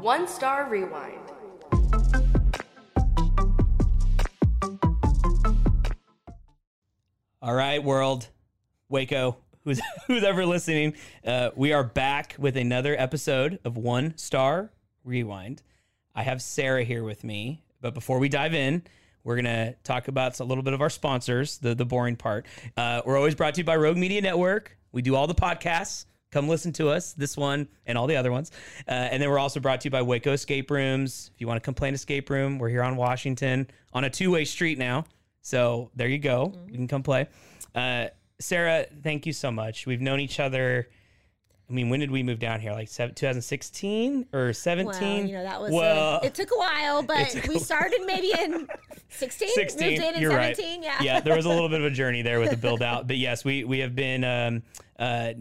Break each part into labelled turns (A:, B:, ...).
A: One Star Rewind.
B: All right, world, Waco, who's who's ever listening, uh, we are back with another episode of One Star Rewind. I have Sarah here with me, but before we dive in, we're gonna talk about a little bit of our sponsors, the the boring part. Uh, we're always brought to you by Rogue Media Network. We do all the podcasts. Come listen to us, this one and all the other ones. Uh, and then we're also brought to you by Waco Escape Rooms. If you want to complain escape room, we're here on Washington on a two way street now. So there you go. You can come play. Uh, Sarah, thank you so much. We've known each other. I mean, when did we move down here? Like seven, 2016 or 17?
C: Well, you know, that was
B: Well,
C: a, it took a while, but
B: took a
C: we
B: while.
C: started maybe in 16,
B: 16
C: moved in in
B: you're
C: 17,
B: right
C: yeah.
B: yeah there was a little bit of a journey there with the build out but yes we we have been um uh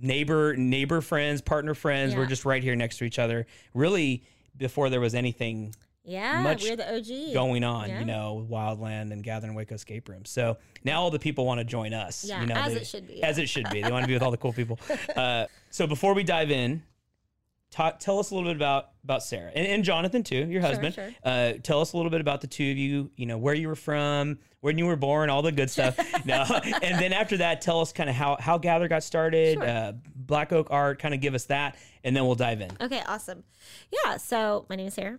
B: neighbor neighbor friends partner friends we're
C: Yeah.
B: just right here next to each other really before there was anything
C: Yeah,
B: much
C: we're the OG.
B: going on
C: Yeah.
B: you know with wildland and gathering waco escape room so now all the people want to join us
C: Yeah,
B: you know
C: as
B: they-
C: it should be.
B: as it should be they want to be with all the cool people uh so before we dive in ta- tell us a little bit about about Sarah and, and Jonathan too, your husband.
C: sure.
B: Uh, tell us a little bit about the two of you. You know where you were from, when you were born, all the good stuff. no, and then after that, tell us kind of how how Gather got started, uh, Black Oak Art. Kind of give us that, and then we'll dive in.
C: Okay, awesome. Yeah, so my name is Sarah,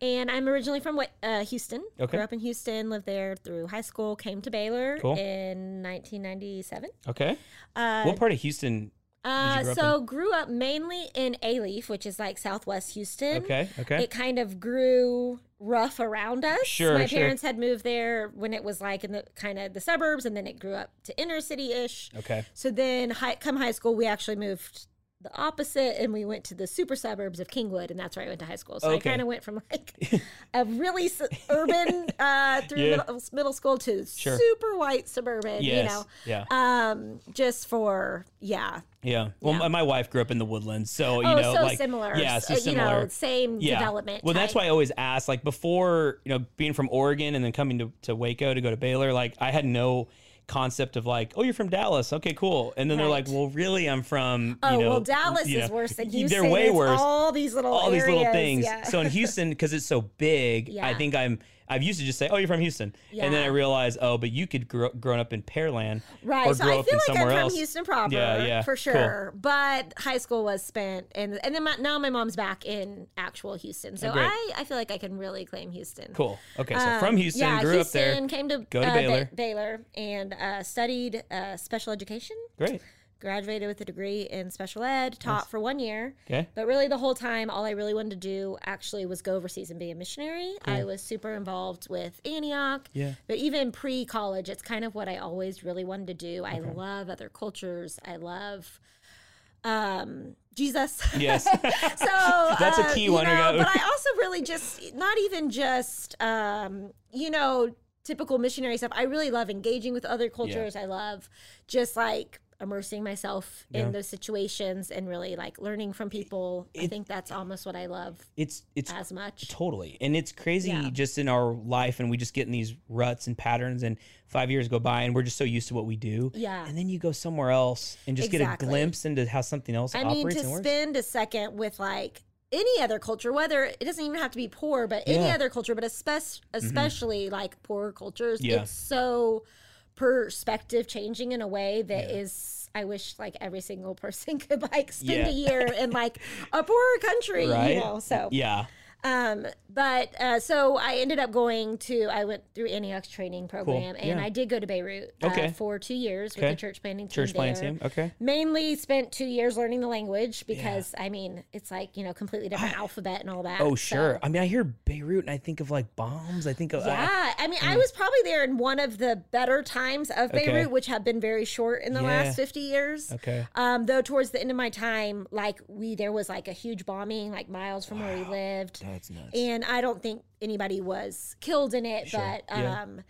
C: and I'm originally from Wa- uh, Houston.
B: Okay.
C: Grew up in Houston, lived there through high school, came to Baylor
B: Cool.
C: in 1997.
B: Okay.
C: Uh,
B: what part of Houston?
C: Uh,
B: grow up
C: so grew up mainly in A Leaf, which is like Southwest Houston.
B: Okay. Okay.
C: It kind of grew rough around us.
B: Sure,
C: My
B: sure.
C: parents had moved there when it was like in the kind of the suburbs, and then it grew up to inner city ish.
B: okay.
C: So then, high, come high school, we actually moved the opposite, and we went to the super suburbs of Kingwood, and that's where I went to high school. So
B: Okay.
C: I kind of went from like a really s- urban uh, through
B: Yeah.
C: middle, middle school to
B: Sure.
C: super white suburban.
B: Yes.
C: You know.
B: Yeah.
C: Um, just for yeah,
B: yeah. Well, my- my wife grew up in the woodlands, so you
C: oh,
B: know,
C: so
B: like,
C: similar.
B: Yeah, so
C: Uh,
B: similar.
C: You know, same development.
B: Well, that's
C: type.
B: why I always ask, like before, you know, being from Oregon and then coming to, to Waco to go to Baylor, like I had no concept of like, oh, you're from Dallas. Okay, cool. And then they're like,
C: Right.
B: well, really, I'm from,
C: Oh
B: you know,
C: well, Dallas
B: you
C: is
B: know,
C: worse than
B: y-
C: Houston.
B: They're way
C: It's
B: worse. All,
C: All these little
B: these little
C: areas,
B: things.
C: yeah.
B: So in Houston, because it's so big, I
C: Yeah.
B: think I'm, I've used to just say, oh, you're from Houston. And then
C: Yeah.
B: I realized, oh, but you could grow, grown up in Pearland
C: right.
B: or
C: So
B: grow
C: I
B: up
C: feel
B: in
C: like I'm
B: somewhere else.
C: from Houston proper,
B: Yeah, yeah,
C: for
B: cool.
C: sure. But high school was spent, and and then my, now my mom's back in actual Houston. So
B: Oh, great.
C: I I feel like I can really claim Houston.
B: Cool. Okay, so
C: Um,
B: from Houston,
C: yeah,
B: grew
C: Houston,
B: up there.
C: Came to,
B: Go to
C: uh, Ba-
B: Baylor.
C: Baylor and uh, studied uh, special education.
B: Great.
C: graduated with a degree in special ed, taught for one year.
B: Okay.
C: But really, the whole time, all I really wanted to do actually was go overseas and be a missionary. I was super involved with Antioch.
B: Yeah.
C: But even pre college, it's kind of what I always really wanted to do. I love other cultures, I love um, Jesus.
B: Yes.
C: so
B: That's a
C: uh,
B: key
C: you
B: one, I
C: know,
B: know.
C: but I also really just not even just um, you know typical missionary stuff. I really love engaging with other cultures. I love just like immersing myself
B: Yeah.
C: in those situations and really like learning from people. I think that's almost what I love
B: it's it's
C: as much.
B: Totally. And it's crazy
C: Yeah.
B: just in our life and we just get in these ruts and patterns and five years go by and we're just so used to what we do.
C: Yeah.
B: And then you go somewhere else and just get a
C: Exactly.
B: glimpse into how something else
C: I mean,
B: operates
C: to
B: and works.
C: spend a second with like any other culture, whether it doesn't even have to be poor, but any
B: Yeah. Mm-hmm.
C: other culture, but especially, especially like poorer cultures,
B: Yeah.
C: it's so perspective changing in a way that is. I wish like every single person could like spend a
B: Yeah.
C: year in like a poorer country,
B: Right?
C: you know. So
B: yeah.
C: Um, but uh, so I ended up going to, I went through Antioch's training program and
B: yeah.
C: I did go to Beirut uh,
B: Okay.
C: for two years
B: Okay.
C: with the church planning team.
B: Church planning
C: there.
B: team, okay.
C: Mainly spent two years learning the language because, I mean, it's like, you know, completely different alphabet and all that.
B: Oh
C: so-
B: sure. I mean, I hear Beirut and I think of like bombs. I think of uh, I-
C: Yeah, I mean, I was probably there in one of the better times of
B: Okay.
C: Beirut, which have been very short in the
B: Yeah.
C: last fifty years.
B: Okay.
C: Um, though towards the end of my time, like we there was like a huge bombing, like miles from where we lived,
B: that's nuts.
C: and I don't think anybody was killed in it, but
B: Yeah.
C: um.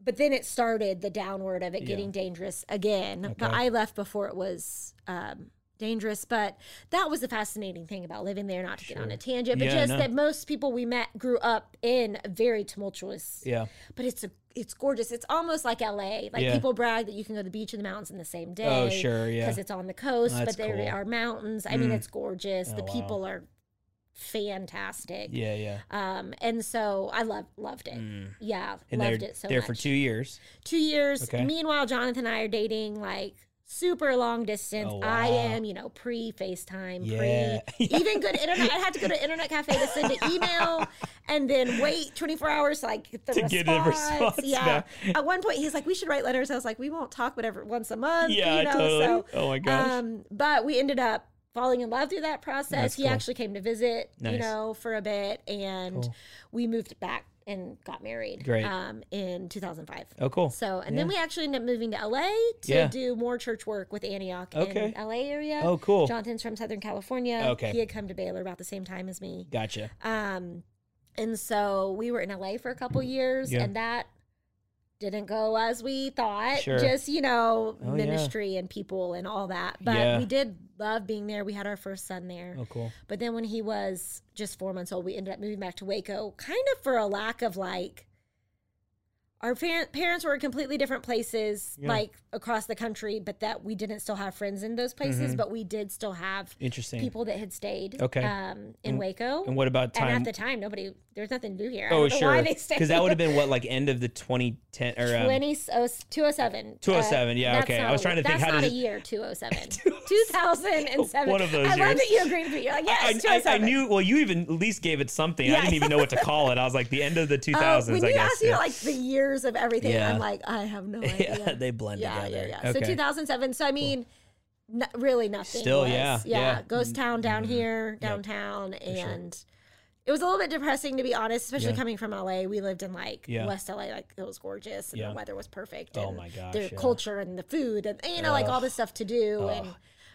C: But then it started the downward of it getting dangerous again. But I left before it was um, dangerous. But that was the fascinating thing about living there, not to get on a tangent, but
B: Yeah,
C: just
B: no.
C: that most people we met grew up in a very tumultuous
B: yeah.
C: but it's a it's gorgeous. It's almost like LA. Like
B: Yeah.
C: people brag that you can go to the beach and the mountains in the same day.
B: Oh, sure, yeah.
C: Because it's on the coast,
B: That's
C: but there
B: cool. Mm. Oh,
C: are mountains. I mean, it's gorgeous. the
B: wow.
C: people are fantastic.
B: Yeah, yeah.
C: Um, and so I loved loved it. Yeah,
B: And
C: loved
B: they're
C: it so
B: there
C: much.
B: for 2 years.
C: Two years.
B: Okay.
C: Meanwhile, Jonathan and I are dating like super long distance.
B: Oh,
C: I
B: wow.
C: am, you know, pre FaceTime,
B: Yeah.
C: pre even good internet. I had to go to internet cafe to send an email and then wait 24 hours to like get the
B: To
C: response.
B: get the response
C: yeah.
B: back.
C: At one point, he's like, "We should write letters." I was like, "We won't talk, whatever, once a month."
B: Yeah,
C: you know?
B: totally.
C: So,
B: Oh my gosh.
C: Um, but we ended up falling in love through that process.
B: That's
C: he
B: cool.
C: actually came to visit,
B: Nice.
C: you know, for a bit, and we moved back and got married.
B: Great.
C: Um, in 2005.
B: Oh cool.
C: So, and then we actually ended up moving to LA to
B: Yeah.
C: do more church work with Antioch
B: Okay.
C: in LA area.
B: Oh, cool.
C: Jonathan's from Southern California.
B: Okay.
C: He had come to Baylor about the same time as me.
B: Gotcha.
C: Um, and so we were in LA for a couple years,
B: Mm. Yeah.
C: and that didn't go as we thought.
B: Sure.
C: Just you know,
B: Oh, yeah.
C: ministry and people and all that. But
B: Yeah.
C: we did love being there. We had our first son there.
B: Oh cool.
C: But then when he was just four months old, we ended up moving back to Waco, kind of for a lack of like. Our par- parents were in completely different places,
B: Yeah.
C: like across the country, but that we didn't still have friends in those places, but we did still have
B: Interesting. Oh,
C: people that had stayed
B: Mm-hmm. Okay.
C: um, in Waco.
B: and what about time?
C: And at the time, nobody, there's nothing to do here. I
B: oh
C: don't know
B: sure.
C: why they stayed.
B: Cuz that would have been what like end of the 2010 or um,
C: 20, oh, 207.
B: 207, yeah,
C: that's
B: okay. I
C: not
B: was
C: a-
B: trying to think
C: That's
B: how
C: not
B: to
C: a
B: just-
C: year, 207. 2007.
B: One of those
C: I love
B: years.
C: that you agreed with me. You're
B: I-
C: like, yes,
B: I, I,
C: 207.
B: knew. Well, you even at least gave it something. I
C: Yeah.
B: didn't even know what to call it. I was like the end of the two
C: Oh,
B: thousands.
C: when you
B: I guess.
C: ask me
B: yeah.
C: like the years of everything,
B: Yeah.
C: I'm like, I have no idea.
B: yeah, they blend
C: yeah, yeah,
B: together.
C: yeah.
B: Okay.
C: So 2007. So I mean, no, really nothing.
B: Still,
C: was-
B: yeah, yeah. Mm, mm-hmm.
C: Ghost town down here, downtown, and it was a little bit depressing to be honest, especially
B: Yeah.
C: coming from LA. We lived in like
B: Yeah.
C: West LA, like it was gorgeous, and
B: Yeah.
C: the weather was perfect.
B: Oh
C: and
B: my gosh,
C: the
B: yeah.
C: culture and the food, and you know, like all this stuff to do, and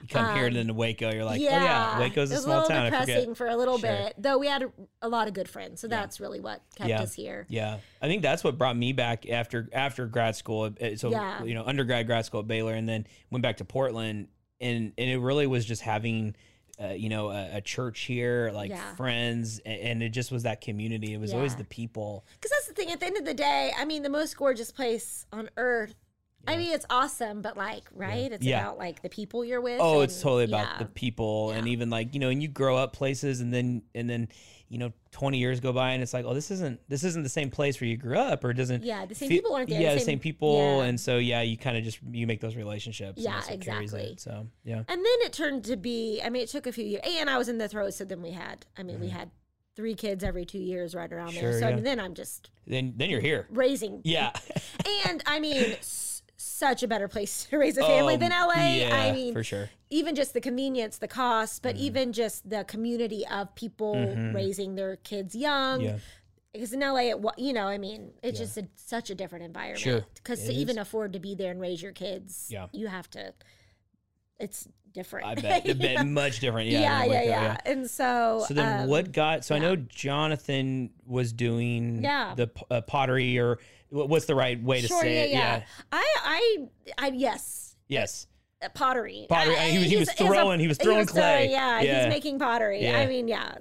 B: you come here and then to Waco, you're like,
C: um, yeah,
B: oh yeah, Waco's
C: it
B: a
C: was
B: small
C: little
B: town. I
C: Depressing
B: forget.
C: for a little
B: Sure.
C: bit, though. We had a, a lot of good friends, so that's really what kept
B: Yeah.
C: us here.
B: Yeah, I think that's what brought me back after after grad school. Uh, So
C: Yeah.
B: you know, undergrad, grad school at Baylor, and then went back to Portland, and and it really was just having. Uh, you know, a, a church here, like
C: Yeah.
B: friends, and, and it just was that community. It was always
C: Yeah.
B: the people.
C: Because that's the thing. At the end of the day, I mean, the most gorgeous place on earth. I mean, it's awesome, but like, right? It's
B: Yeah.
C: about like the people you're with.
B: Oh, it's
C: and-
B: totally about
C: yeah.
B: the people and even like, you know, and you grow up places and then and then, you know, 20 years go by and it's like, oh, this isn't this isn't the same place where you grew up or it doesn't
C: Yeah, the same
B: feel-
C: people aren't there, the
B: Yeah, the same,
C: same-
B: people
C: yeah.
B: and so yeah, you kind of just you make those relationships. and
C: Yeah,
B: that's what carries
C: exactly.
B: it. So, yeah.
C: And then it turned to be. I mean, it took a few years, and I was in the throes. So then we had. I mean, we had three kids every two years, right around
B: Mm-hmm. Sure,
C: there. So I
B: yeah.
C: mean, then I'm just
B: Then then you're here.
C: raising.
B: Yeah.
C: And I mean, s- such a better place to raise a family than LA. I
B: Oh, yeah,
C: mean,
B: for sure. Mm-hmm.
C: even just the convenience, the cost, but even just the community of people raising their kids young.
B: Yeah.
C: Because in LA, it, wa- you know, I mean, it's just a, such a different environment.
B: Sure.
C: Because to
B: It
C: even afford to be there and raise your kids,
B: Yeah.
C: you have to. It's different.
B: I bet. I
C: You
B: bet
C: know?
B: much different. Yeah.
C: Yeah, yeah,
B: than
C: yeah,
B: Waco,
C: And so,
B: So then
C: um,
B: what got so I know Jonathan was doing
C: Yeah.
B: the p- uh, pottery or wh- what's the right way to
C: Sure,
B: say
C: yeah,
B: it?
C: yeah, I, I, I, yes.
B: Yes.
C: pottery.
B: Pottery.
C: I-
B: he was- he was
C: he's- he's a-
B: throwing- he was throwing clay.
C: yeah,
B: Yeah.
C: he's making pottery.
B: Yeah.
C: I mean, yeah,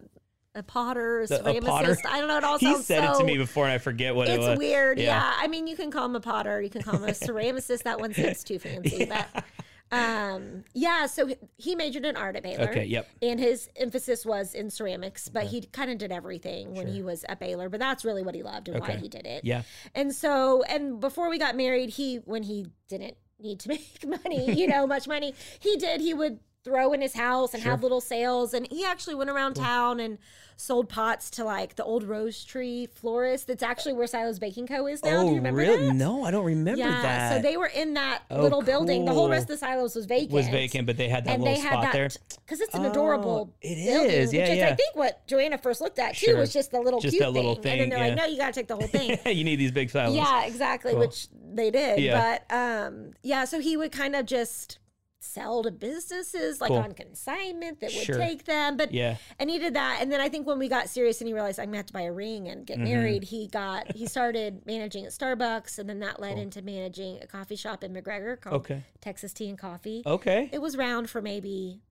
C: a potter,
B: The- a
C: ceramicist.
B: potter.
C: I don't know. It all
B: He
C: sounds
B: said
C: so.
B: it to me before and I forget what it was.
C: It's weird. Yeah. I mean, you can call him a potter. You can call him a ceramicist. that one sounds too fancy, but. Um. Yeah. So he- he majored in art at Baylor.
B: Okay, yep.
C: And his emphasis was in ceramics, but he kind of did everything when he was at Baylor. But that's really what he loved and why
B: Okay.
C: he did it.
B: Yeah.
C: And so, and before we got married, he, when he didn't need to make money, you know, much money, he did, he would throw in his house and
B: Sure.
C: have little sales. And he actually went around town and sold pots to like the old rose tree florist. That's actually where Silo's Baking Co. is now. Do you
B: oh,
C: remember
B: really?
C: that?
B: No, I don't remember
C: Yeah,
B: that.
C: so they were in that
B: Oh,
C: little building. The whole
B: cool.
C: rest of the silos was vacant.
B: was vacant, but they had that
C: and
B: little
C: they had
B: spot
C: that
B: there.
C: because it's an
B: Oh,
C: adorable.
B: it
C: building,
B: is. Yeah,
C: which is, I
B: yeah.
C: think what Joanna first looked at too
B: Sure.
C: was just the little
B: Just
C: cute
B: that little
C: and then
B: thing,
C: they're like,
B: yeah.
C: "No, you got to take the whole thing."
B: you need these big silence.
C: Yeah, exactly, which they did.
B: Yeah.
C: But um, yeah, so he would kind of just sell to businesses like
B: Cool.
C: on consignment that would
B: Sure.
C: take them. But
B: Yeah.
C: and he did that. And then I think when we got serious and he realized I'm gonna have to buy a ring
B: Mm-hmm.
C: and get married, he got he started managing at Starbucks and then that led into managing a coffee shop in McGregor called
B: Okay. Oh.
C: Texas Tea and Coffee.
B: Okay.
C: It was round for maybe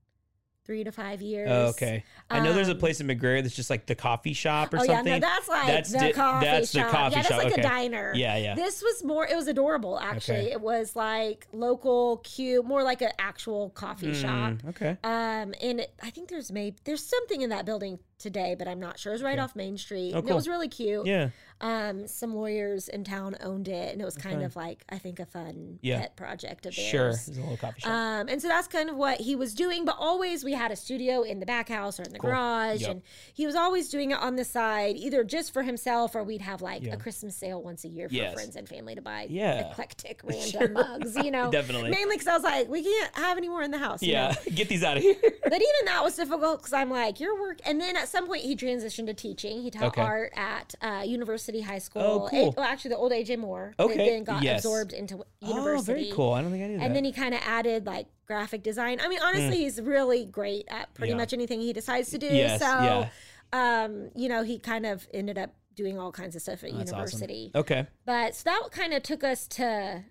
C: three to five years.
B: Oh, okay. I know there's a
C: Um,
B: place in McGregor that's just like the coffee shop or
C: Oh
B: something.
C: yeah, no, that's like the
B: di-
C: coffee
B: that's
C: shop.
B: the coffee
C: yeah, that's
B: shop.
C: like
B: okay.
C: a diner.
B: Yeah, yeah.
C: This was more. It was adorable, actually.
B: Okay.
C: It was like local, cute, more like an actual coffee shop.
B: Mm, okay.
C: Um, and it, I think there's maybe there's something in that building today, but I'm not sure. It was right off Main Street.
B: Oh,
C: and It
B: cool.
C: was really cute.
B: Yeah.
C: Um, some lawyers in town owned it, and it was kind of like I think a fun
B: Yeah.
C: pet project of theirs.
B: Sure. It's a little coffee shop.
C: Um, and so that's kind of what he was doing. But always we had a studio in the back house or in the garage,
B: Yep.
C: and he was always doing it on the side, either just for himself or we'd have like
B: Yeah.
C: a Christmas sale once a year for
B: Yes.
C: friends and family to buy
B: Yeah.
C: eclectic random mugs, you know.
B: Definitely.
C: Mainly because I was like, we can't have any more in the house. you
B: yeah.
C: know?
B: Get these out of here.
C: But even that was difficult because I'm like, your work. And then at some point he transitioned to teaching. He taught
B: Okay. Oh,
C: art at uh, University High School.
B: cool.
C: A- well, actually, the old AJ Moore. that
B: Okay,
C: then got
B: yes.
C: absorbed into
B: Oh,
C: university.
B: very cool. I don't think I knew that. Hmm.
C: And then he kind of added like graphic design. I mean, honestly, he's really great at pretty
B: Yeah.
C: much anything he decides to do.
B: Yes,
C: so,
B: yeah.
C: um, you know, he kind of ended up doing all kinds of stuff at
B: Oh, That's awesome.
C: university.
B: Okay.
C: But so that kind of took us to,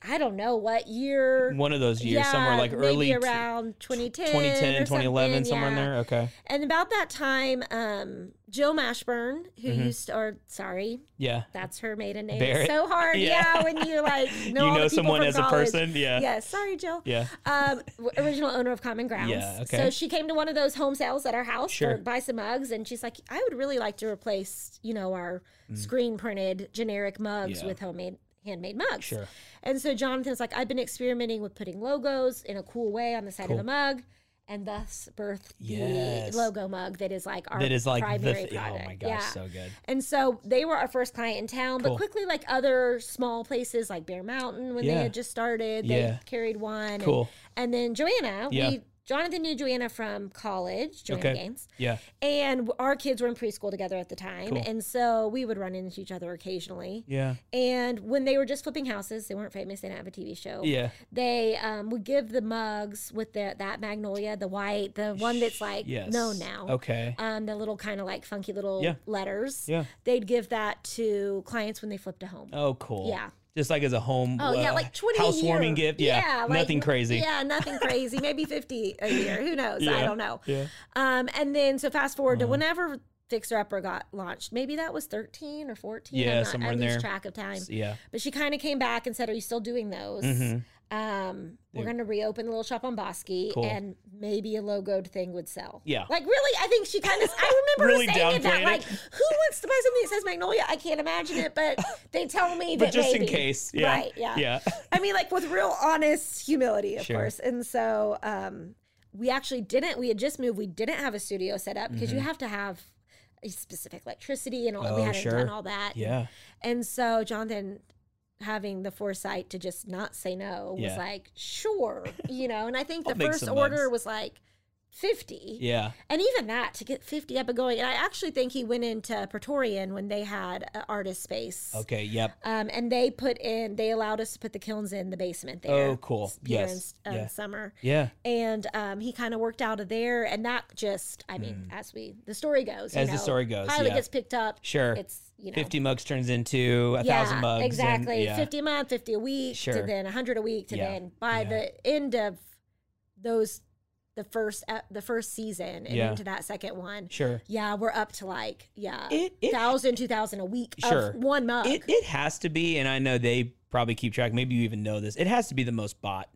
C: I don't know what year.
B: One of those years, somewhere like
C: maybe
B: early t-
C: around
B: 2010
C: 2010, or
B: and 2011,
C: something,
B: somewhere in
C: yeah.
B: there. Okay.
C: And about that time, um, Jill Mashburn, who
B: Mm-hmm.
C: used to, or sorry,
B: Yeah.
C: that's her maiden name.
B: Bear
C: It's
B: it.
C: so hard, yeah.
B: Yeah.
C: when you like know
B: you
C: all the
B: know
C: people
B: someone
C: from
B: as
C: college.
B: a person. Yeah.
C: Yes, sorry, Jill.
B: Yeah.
C: Um, w- original owner of Common Grounds.
B: Yeah, okay.
C: So she came to one of those home sales at our house
B: Sure.
C: for buy some mugs, and she's like, "I would really like to replace, you know, our screen printed generic mugs
B: Mm. Yeah.
C: with homemade." Handmade mugs.
B: Sure.
C: And so Jonathan's like, I've been experimenting with putting logos in a cool way on the side of
B: Cool.
C: the mug, and thus birthed
B: Yes.
C: the logo mug that is like our
B: That is like the.
C: primary
B: Th- oh
C: product.
B: my gosh,
C: Yeah.
B: so good.
C: And so they were our first client in town, but
B: Cool.
C: quickly, like other small places like Bear Mountain, when they
B: Yeah.
C: had just started, they
B: Yeah.
C: carried one. and-
B: Cool.
C: And, then Joanna,
B: Yeah.
C: we Jonathan knew Joanna from college, Joanna
B: Okay.
C: Gaines,
B: Yeah.
C: and w- our kids were in preschool together at the time,
B: Cool.
C: and so we would run into each other occasionally.
B: Yeah.
C: And when they were just flipping houses, they weren't famous. They didn't have a TV show.
B: Yeah.
C: They um, would give the mugs with the, that magnolia, the white, the one that's like
B: Yes.
C: no now
B: Okay.
C: um, the little kind of like funky little
B: Yeah.
C: letters.
B: Yeah.
C: They'd give that to clients when they flipped a home.
B: Oh, cool.
C: Yeah.
B: Just like as a home.
C: Oh yeah,
B: uh,
C: like twenty a
B: housewarming
C: year.
B: gift. Yeah.
C: like-
B: nothing crazy.
C: Yeah, nothing crazy. Maybe fifty a year. Who knows? I
B: Yeah,
C: don't know.
B: yeah. Uh-huh.
C: Um, and then so fast forward to whenever Fixer Upper got launched. Maybe that was thirteen or fourteen.
B: Yeah,
C: I'm not,
B: somewhere
C: I
B: in
C: lose
B: there.
C: track of time.
B: Yeah.
C: But she kind of came back and said, "Are you still doing those?"
B: Mhm.
C: Um, we're
B: Yeah.
C: going to reopen the little shop on Bosky,
B: Cool.
C: and maybe a logoed thing would sell.
B: Yeah.
C: like really, I think she kind of. I remember
B: Really
C: her saying it that
B: downplayed it.
C: like, who wants to buy something that says Magnolia? I can't imagine it, but they tell me
B: But
C: that
B: just in
C: maybe.
B: case. Yeah.
C: right? Yeah,
B: Yeah.
C: I mean, like with real honest humility, of
B: Sure.
C: course. And so, um, we actually didn't. We had just moved. We didn't have a studio set up because you have to have a specific electricity and all. we
B: Mm-hmm. Oh,
C: hadn't
B: sure.
C: done all that.
B: Yeah.
C: And so Jonathan having the foresight to just not say no was
B: Yeah.
C: like, sure, you know. And I think the
B: I'll make
C: first
B: some
C: order
B: buns.
C: was like 50.
B: Yeah.
C: And even that to get 50 up and going. And I actually think he went into Praetorian when they had an artist space.
B: Okay. Yep.
C: Um, and they put in, they allowed us to put the kilns in the basement there.
B: Oh, cool.
C: Here in
B: Yes.
C: um,
B: Yeah.
C: summer.
B: Yeah.
C: And um, he kind of worked out of there. And that just, I mean, as we, the story goes. you
B: Hmm. As the
C: know,
B: story goes,
C: Pilot
B: yeah.
C: gets picked up.
B: Sure.
C: It's, you know,
B: 50 mugs turns into a thousand mugs. and-
C: Exactly.
B: yeah.
C: 50 a month, 50 a week, to
B: Sure.
C: then 100 a week, to
B: Yeah.
C: then by
B: Yeah.
C: the end of those, the first ep- the first season and
B: Yeah.
C: into that second one.
B: Sure.
C: Yeah, we're up to like, yeah,
B: It- it-
C: 1,000, 2,000 a week
B: Sure.
C: of one mug.
B: It, it has to be, and I know they probably keep track. Maybe you even know this. It has to be the most bought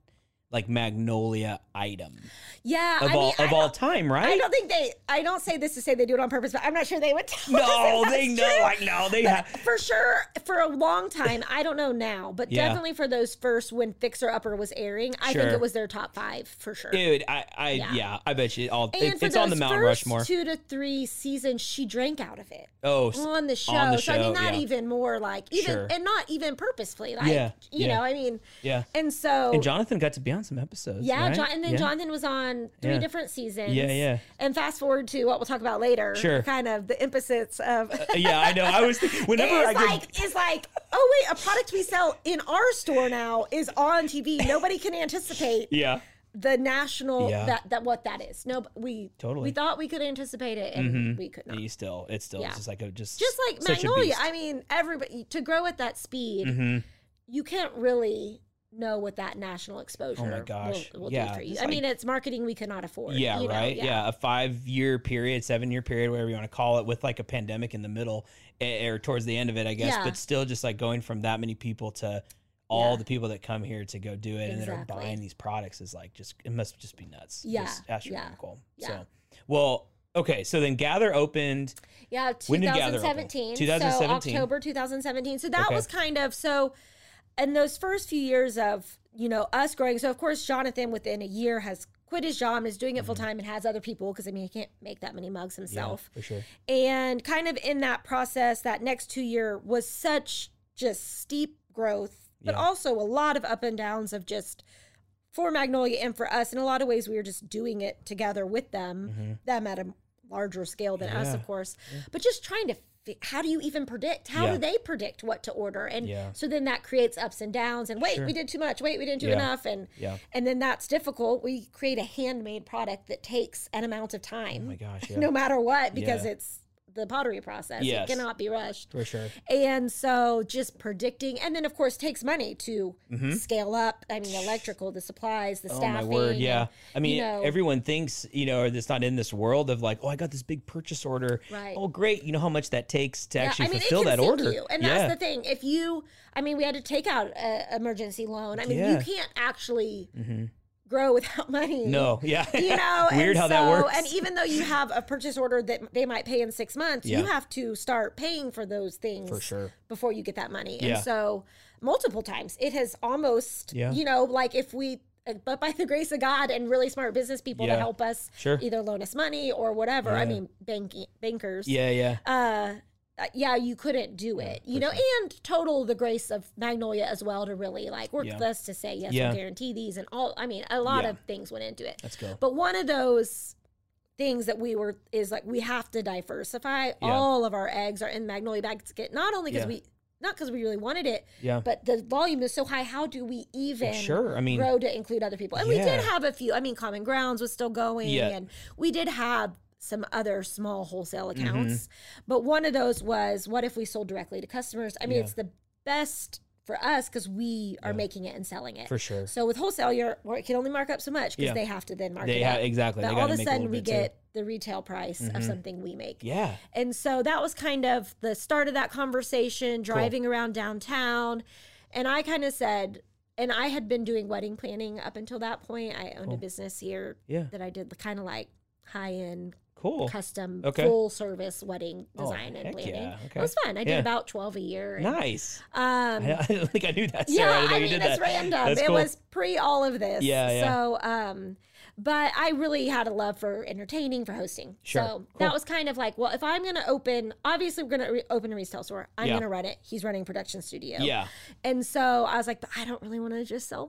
B: like Magnolia item
C: Yeah,
B: of
C: I
B: all
C: mean, I
B: of all
C: don't-
B: time, right?
C: I don't think they. I don't say this to say they do it on purpose, but I'm not sure they would. Tell
B: no,
C: us if
B: they
C: that's
B: know.
C: true.
B: I know they have.
C: for sure, for a long time, I don't know now, but
B: Yeah.
C: definitely for those first when Fixer Upper was airing, I think
B: Sure.
C: it was their top five for sure.
B: Dude, I, I yeah.
C: Yeah.
B: I bet you all.
C: and
B: It,
C: for
B: it's
C: those
B: on the Mount
C: first
B: Rushmore.
C: two to three seasons, she drank out of it
B: oh, s-
C: on the show.
B: the
C: so I
B: show,
C: mean, not
B: yeah.
C: even more like even
B: Sure.
C: and not even purposefully. Like
B: Yeah,
C: you
B: yeah.
C: know, I mean,
B: yeah.
C: and so
B: And Jonathan got to be on some episodes.
C: yeah,
B: right?
C: Jon- and then
B: yeah.
C: Jonathan was on three
B: Yeah.
C: different seasons.
B: Yeah, yeah.
C: And fast forward to what we'll talk about later.
B: Sure.
C: Kind of the emphasis of.
B: yeah, I know. I was thinking, whenever I
C: It's
B: could,
C: like it's like oh wait a product we sell in our store now is on TV nobody can anticipate
B: yeah,
C: the national
B: Yeah.
C: that that what that is no but we
B: Totally.
C: we thought we could anticipate it and we could not
B: you still, it's still
C: Yeah.
B: just like a just
C: just like
B: such a
C: Magnolia.
B: beast. Mm-hmm.
C: I mean, everybody to grow at that speed, you can't really know what that national exposure
B: Oh gosh.
C: will, will
B: Yeah,
C: do for you.
B: it's
C: I mean, it's marketing we cannot afford.
B: Yeah,
C: you know,
B: right. yeah. a five year period, seven year period, whatever you want to call it, with like a pandemic in the middle eh, or towards the end of it, I guess.
C: Yeah.
B: But still, just like going from that many people to all
C: Yeah.
B: the people that come here to go do it and that are
C: Exactly.
B: buying these products is like just it must just be nuts.
C: Yeah,
B: just
C: yeah,
B: astronomical.
C: yeah.
B: So, well, okay. So then, Gather opened.
C: Yeah,
B: When did Gather open?
C: 2017.
B: 2017.
C: So October 2017. So that
B: Okay.
C: was kind of so in those first few years of, you know, us growing. So of course Jonathan within a year has quit his job, is
B: Mm-hmm.
C: doing it full time and has other people because I mean he can't make that many mugs himself.
B: for sure.
C: And kind of in that process, that next two year was such just steep growth, but
B: Yeah.
C: also a lot of up and downs of just for Magnolia and for us. In a lot of ways, we were just doing it together with them, them at a larger scale than us,
B: Mm-hmm. Yeah.
C: of course, but just trying to. fi- How do you even predict? How
B: Yeah.
C: do they predict what to order? And
B: Yeah.
C: so then that creates ups and downs. And wait,
B: Sure.
C: we did too much. Wait, we didn't do
B: Yeah.
C: enough. And
B: Yeah.
C: and then that's difficult. We create a handmade product that takes an amount of time
B: Oh my gosh. Yeah.
C: no matter what because
B: Yeah.
C: it's the pottery process.
B: Yes.
C: It cannot be rushed.
B: For sure.
C: And so just predicting and then of course takes money to scale up. I mean electrical, the supplies, the
B: Mm-hmm. Oh
C: staffing.
B: my word, yeah.
C: and,
B: I mean,
C: know-
B: everyone thinks, you know, or that's not in this world of like, oh, I got this big purchase order.
C: Right.
B: Oh, great. You know how much that takes to
C: Yeah,
B: actually
C: I mean, it
B: fulfill
C: can
B: that
C: sink
B: order.
C: You. And
B: yeah.
C: that's the thing. If you, I mean, we had to take out an emergency loan. I mean,
B: Yeah. Mm-hmm.
C: you can't actually grow without money.
B: No, yeah.
C: you know
B: Weird
C: and
B: how
C: so-
B: that works.
C: and e- even though you have a purchase order that they might pay in six months
B: Yeah.
C: you have to start paying for those things
B: For sure.
C: before you get that money
B: Yeah.
C: and so multiple times it has almost
B: Yeah.
C: you know like if we uh, but by the grace of God and really smart business people
B: Yeah.
C: to help us
B: Sure.
C: either loan us money or whatever. I
B: Yeah.
C: mean, banking bankers
B: yeah, yeah.
C: uh uh, yeah you couldn't do it you know and total the grace of magnolia as well to really like work
B: Yeah.
C: with us to say yes
B: Yeah.
C: we'll guarantee these and all i mean a lot
B: Yeah.
C: of things went into it
B: Let's go.
C: but one of those things that we were is like we have to diversify all of our eggs are in magnolia basket not only because
B: Yeah.
C: we not because we really wanted it
B: Yeah.
C: but the volume is so high how do we even
B: sure. I mean,
C: grow to include other people. And we
B: Yeah.
C: did have a few. I mean, Common Grounds was still going,
B: Yeah.
C: and we did have some other small wholesale
B: Mm-hmm.
C: accounts. But one of those was, what if we sold directly to customers? I mean,
B: Yeah.
C: it's the best for us because we are making it and selling it
B: For sure.
C: So with wholesale, you're or it can only mark up so much because
B: Yeah.
C: they have to then mark
B: They
C: it
B: ha-
C: up.
B: exactly. They
C: But
B: gotta
C: all of a
B: make a
C: sudden,
B: little
C: we
B: bit too. Mm-hmm.
C: get the retail price of something we make.
B: yeah.
C: And so that was kind of the start of that conversation, driving around downtown. And I kind of said, and I had been doing wedding planning up until that point. I owned a business here
B: Yeah.
C: that I did the kind of like high end,
B: Cool.
C: custom,
B: Okay. Oh,
C: full service wedding design and
B: heck
C: planning.
B: yeah. Okay.
C: It was fun. I did
B: Yeah.
C: about 12 a year. and,
B: Nice.
C: Um,
B: I, I don't think I knew that. Sarah.
C: yeah,
B: didn't know
C: I
B: you
C: mean
B: did
C: it's
B: that.
C: random.
B: That's
C: it
B: cool. Oh,
C: was pre all of this.
B: Yeah, yeah.
C: So um but I really had a love for entertaining, for hosting.
B: Sure.
C: So
B: Cool.
C: that was kind of like, well, if I'm gonna open obviously we're gonna re- open a retail store. I'm
B: Yeah.
C: gonna run it. He's running a production studio.
B: Yeah.
C: And so I was like, but I don't really want to just sell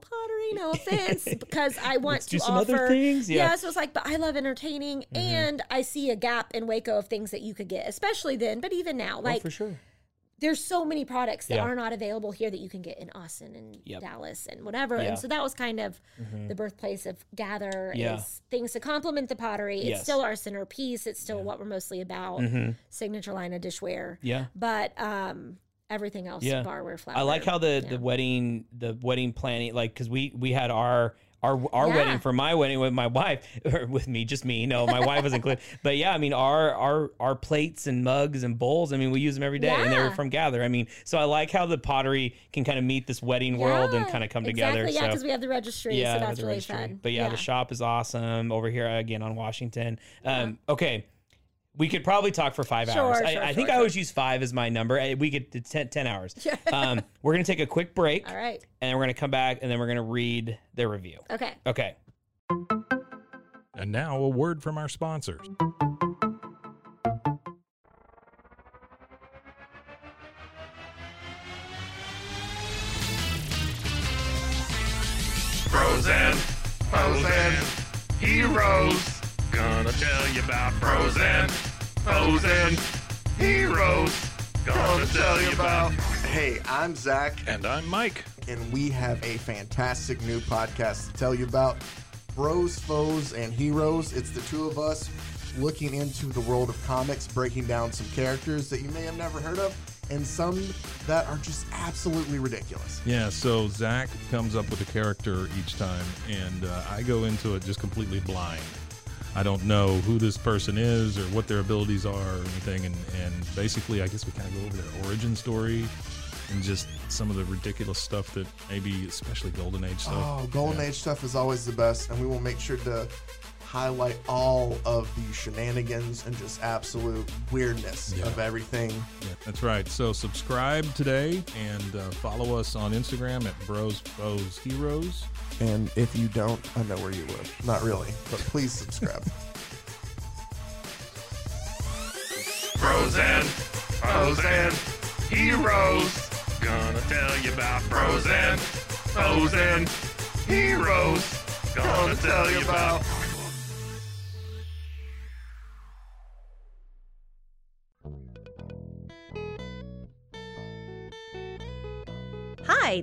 C: pottery, no offense, because I want
B: Let's
C: to
B: do some
C: offer
B: other things, yeah. Mm-hmm.
C: so it's like, but I love entertaining and I see a gap in Waco of things that you could get, especially then, but even now.
B: Oh,
C: Like
B: for sure.
C: there's so many products that
B: Yeah.
C: are not available here that you can get in Austin and
B: Yep.
C: Dallas and whatever.
B: Yeah. Mm-hmm.
C: And so that was kind of the birthplace of Gather
B: Yeah.
C: is things to complement the pottery.
B: Yes. Mm-hmm.
C: It's still our centerpiece. It's still what we're mostly about. Signature line of dishware.
B: Yeah.
C: But um everything else,
B: Yeah.
C: barware, flatware.
B: I like how the
C: yeah.
B: the wedding the wedding planning like because we we had our Our our
C: Yeah.
B: wedding for my wedding with my wife or with me, just me. No, my wife was included. But yeah, I mean our our our plates and mugs and bowls. I mean we use them every day, and they were
C: Yeah.
B: from Gather. I mean, so I like how the pottery can kind of meet this wedding world and
C: Yeah,
B: kind of come together.
C: Exactly, yeah,
B: so
C: because we have the registry, so
B: with
C: that's
B: the
C: really
B: registry.
C: fun.
B: But yeah, the shop is awesome over here again on Washington. Um, Okay. We could probably talk for five
C: Sure,
B: hours. I,
C: sure,
B: I
C: sure,
B: think I
C: sure.
B: always use five as my number. I- We could do 10, 10 hours. um, we're going to take a quick break
C: All right.
B: and then we're going to come back and then we're going to read their review.
C: Okay.
B: Okay.
D: And now a word from our sponsors.
E: Frozen, frozen, heroes. Gonna tell you about frozen, frozen, heroes. Gonna tell you about.
F: Hey, I'm Zach,
D: And I'm Mike.
F: and we have a fantastic new podcast to tell you about bros, foes, and heroes. It's the two of us looking into the world of comics, breaking down some characters that you may have never heard of, and some that are just absolutely ridiculous.
D: Yeah, so Zach comes up with a character each time, and uh, I go into it just completely blind. I don't know who this person is or what their abilities are or anything, and, and basically, I guess we kind of go over their origin story and just some of the ridiculous stuff that maybe, especially Golden Age stuff.
F: Oh, Golden Age stuff is always the best, and we will make sure to highlight all of the shenanigans and just absolute weirdness of everything.
D: Yeah, that's right. So subscribe today and uh, follow us on Instagram at Bros Foes Heroes.
F: And if you don't, I know where you live. Not really, but please subscribe.
E: Frozen, frozen, heroes. Gonna tell you about frozen, frozen, heroes. Gonna tell you about.
G: Hi,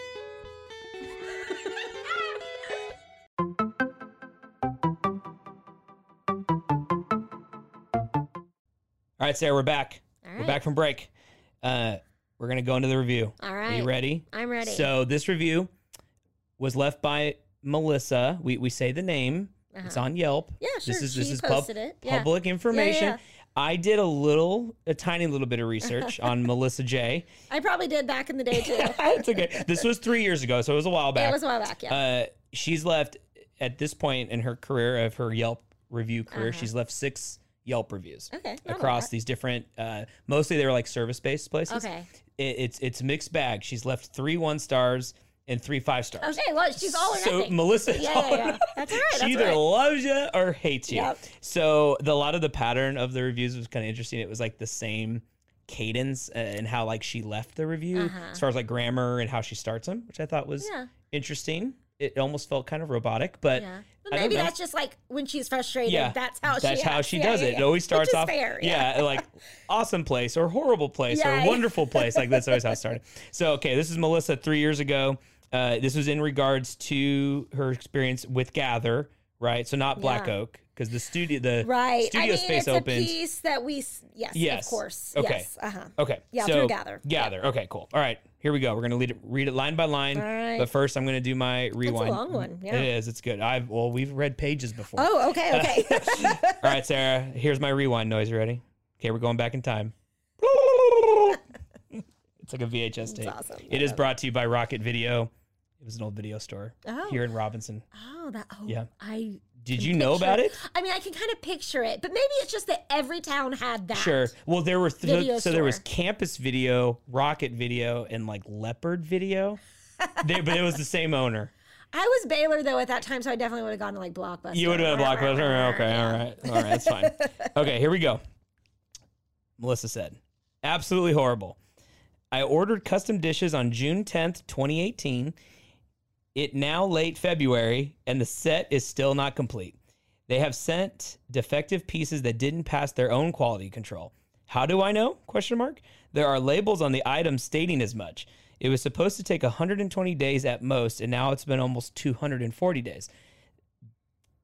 B: All right, Sarah, we're back.
C: All
B: We're
C: right.
B: back from break. Uh, we're going to go into the review.
C: All
B: Are
C: right.
B: you ready?
C: I'm ready.
B: So this review was left by Melissa. We, we say the name. It's
C: Uh-huh.
B: on Yelp.
C: Yeah,
B: This
C: sure.
B: is this
C: She
B: is pub-
C: posted it. Yeah.
B: public information.
C: yeah.
B: I did a little, a tiny little bit of research on Melissa J.
C: I probably did back in the day too.
B: it's okay. This was three years ago, so it was a while back.
C: It was a while back, yeah.
B: Uh, she's left at this point in her career of her Yelp review career.
C: Uh-huh.
B: She's left six Yelp reviews
C: Okay, not a
B: across
C: lot.
B: these different. Uh, mostly they were like service based places.
C: Okay.
B: It, it's it's a mixed bag. She's left three one stars and three five stars.
C: okay, well, Oh, she's all or
B: so
C: nothing.
B: Melissa, is
C: yeah,
B: all
C: yeah,
B: or
C: yeah. That's all right.
B: she
C: That's
B: either
C: all right.
B: loves you or hates you.
C: Yep.
B: So the, a lot of the pattern of the reviews was kind of interesting. It was like the same cadence uh, and how like she left the review as far as like grammar and how she starts them, which I thought was
C: Uh-huh. Yeah.
B: interesting. It almost felt kind of robotic, but
C: Yeah.
B: I
C: But
B: don't
C: maybe
B: know.
C: that's just like when she's frustrated. That's how she.
B: that's how
C: acts.
B: she
C: Yeah,
B: does
C: yeah,
B: it. It
C: yeah.
B: always
C: Which
B: starts
C: is
B: off,
C: fair,
B: yeah. like awesome place or horrible place
C: Yeah.
B: or wonderful place. Like that's always how it started. So okay, this is Melissa three years ago. Uh, this was in regards to her experience with Gather, right? So not Black
C: Yeah.
B: Oak because the studio, the
C: Right.
B: studio
C: I mean,
B: space
C: it's
B: opens.
C: a piece that we. s- Yes.
B: Yes.
C: Of course.
B: Okay.
C: Yes. Uh huh.
B: Okay.
C: Yeah,
B: so,
C: through Gather.
B: Gather. Okay, cool. All right. Here we go. We're gonna lead it, read it line by line.
C: All right.
B: But first, I'm gonna do my rewind. Mm,
C: long one, yeah.
B: It is. It's good. I've well, we've read pages before.
C: Oh,
B: Uh,
C: okay, okay.
B: All right, Sarah. Here's my rewind noise. You ready? Okay, we're going back in time. it's like a VHS tape.
C: awesome.
B: It is brought to you by Rocket Video. It was an old video store
C: Oh.
B: here in Robinson.
C: oh, that. Oh,
B: Yeah.
C: I
B: Did you know about it?
C: I mean, I can kind of picture it, but maybe it's just that every town had that.
B: Sure. Well, there were th-
C: Video
B: so there was
C: store.
B: campus video, rocket video, and like leopard video. they, but it was the same owner.
C: I was Baylor though at that time, so I definitely would have gone to like Blockbuster.
B: You would have been a blockbuster. Okay, all right, all right, that's fine. Okay, here we go. Melissa said, "Absolutely horrible." I ordered custom dishes on June tenth, twenty eighteen. It now late February, and the set is still not complete. They have sent defective pieces that didn't pass their own quality control. How do I know? Question mark. There are labels on the items stating as much. It was supposed to take 120 days at most, and now it's been almost 240 days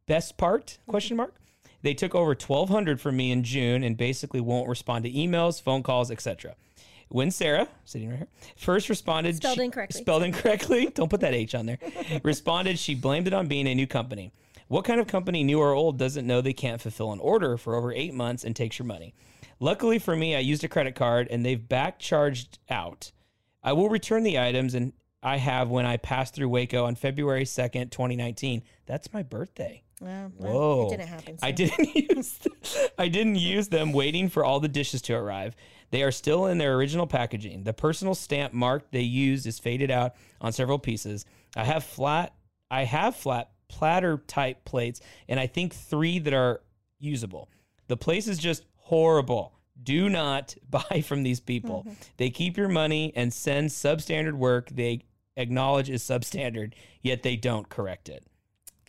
B: best part
C: Mm-hmm.
B: question mark they took over 1200 from me in june and basically won't respond to emails phone calls etc when sarah sitting right here first responded
C: Spelled
B: she-
C: incorrectly.
B: spelled incorrectly don't put that h on there responded she blamed it on being a new company what kind of company new or old doesn't know they can't fulfill an order for over eight months and takes your money luckily for me i used a credit card and they've back charged out I will return the items and I have when I passed through Waco on February 2nd, 2019. That's my birthday.
C: Well,
B: Whoa.
C: it didn't happen.
B: I didn't use th- I didn't use them waiting for all the dishes to arrive. They are still in their original packaging. The personal stamp mark they used is faded out on several pieces. I have flat I have flat platter type plates and I think 3 that are usable. The place is just horrible. Do not buy from these people.
C: Mm-hmm.
B: They keep your money and send substandard work they acknowledge is substandard, yet they don't correct it.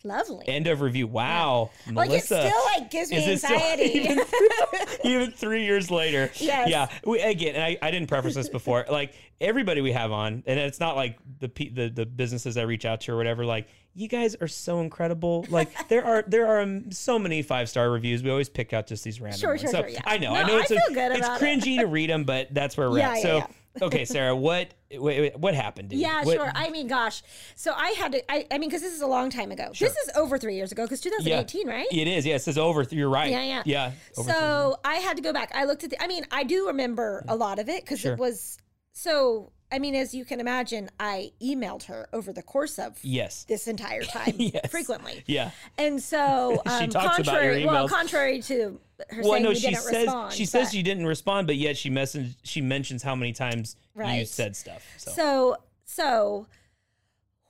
C: Lovely.
B: End of review. Wow,
C: like it
B: Melissa.
C: still like gives me
B: Is it still-
C: anxiety.
B: even, even three years later.
C: Yes.
B: Yeah. We, again, and I, I didn't preface this before. Like everybody we have on, and it's not like the pe- the the businesses I reach out to or whatever. Like you guys are so incredible. Like there are there are um, so many five star reviews. We always pick out just these random
C: Sure,
B: ones.
C: sure,
B: so
C: sure, yeah.
B: I know.
C: No,
B: I know.
C: I
B: It's
C: feel good
B: it's
C: about it.
B: cringy to read them, but that's where we're
C: Yeah,
B: at.
C: yeah,
B: so.
C: yeah.
B: Okay, Sarah, what wait, wait, what happened? Dude?
C: Yeah,
B: What-
C: sure. I mean, gosh. So I had to. I, I mean, because this is a long time ago. This is over three years ago. Because 2018, right?
B: It is. Yeah, it says over. th- You're right.
C: Yeah, yeah.
B: Yeah. Over three.
C: so I had to go back. I looked at the. I mean, I do remember a lot of it because
B: Mm. Sure.
C: it was. So I mean, as you can imagine, I emailed her over the course of
B: yes.
C: this entire time
B: Yes.
C: frequently.
B: Yeah.
C: And so,
B: She
C: um,
B: talks about your
C: contrary, well,
B: emails.
C: contrary to her
B: well,
C: saying
B: no,
C: we
B: she
C: didn't
B: says
C: respond,
B: she says
C: but-
B: you didn't respond, but yet she messaged she mentions how many times you
C: Right.
B: said stuff. So,
C: So, so,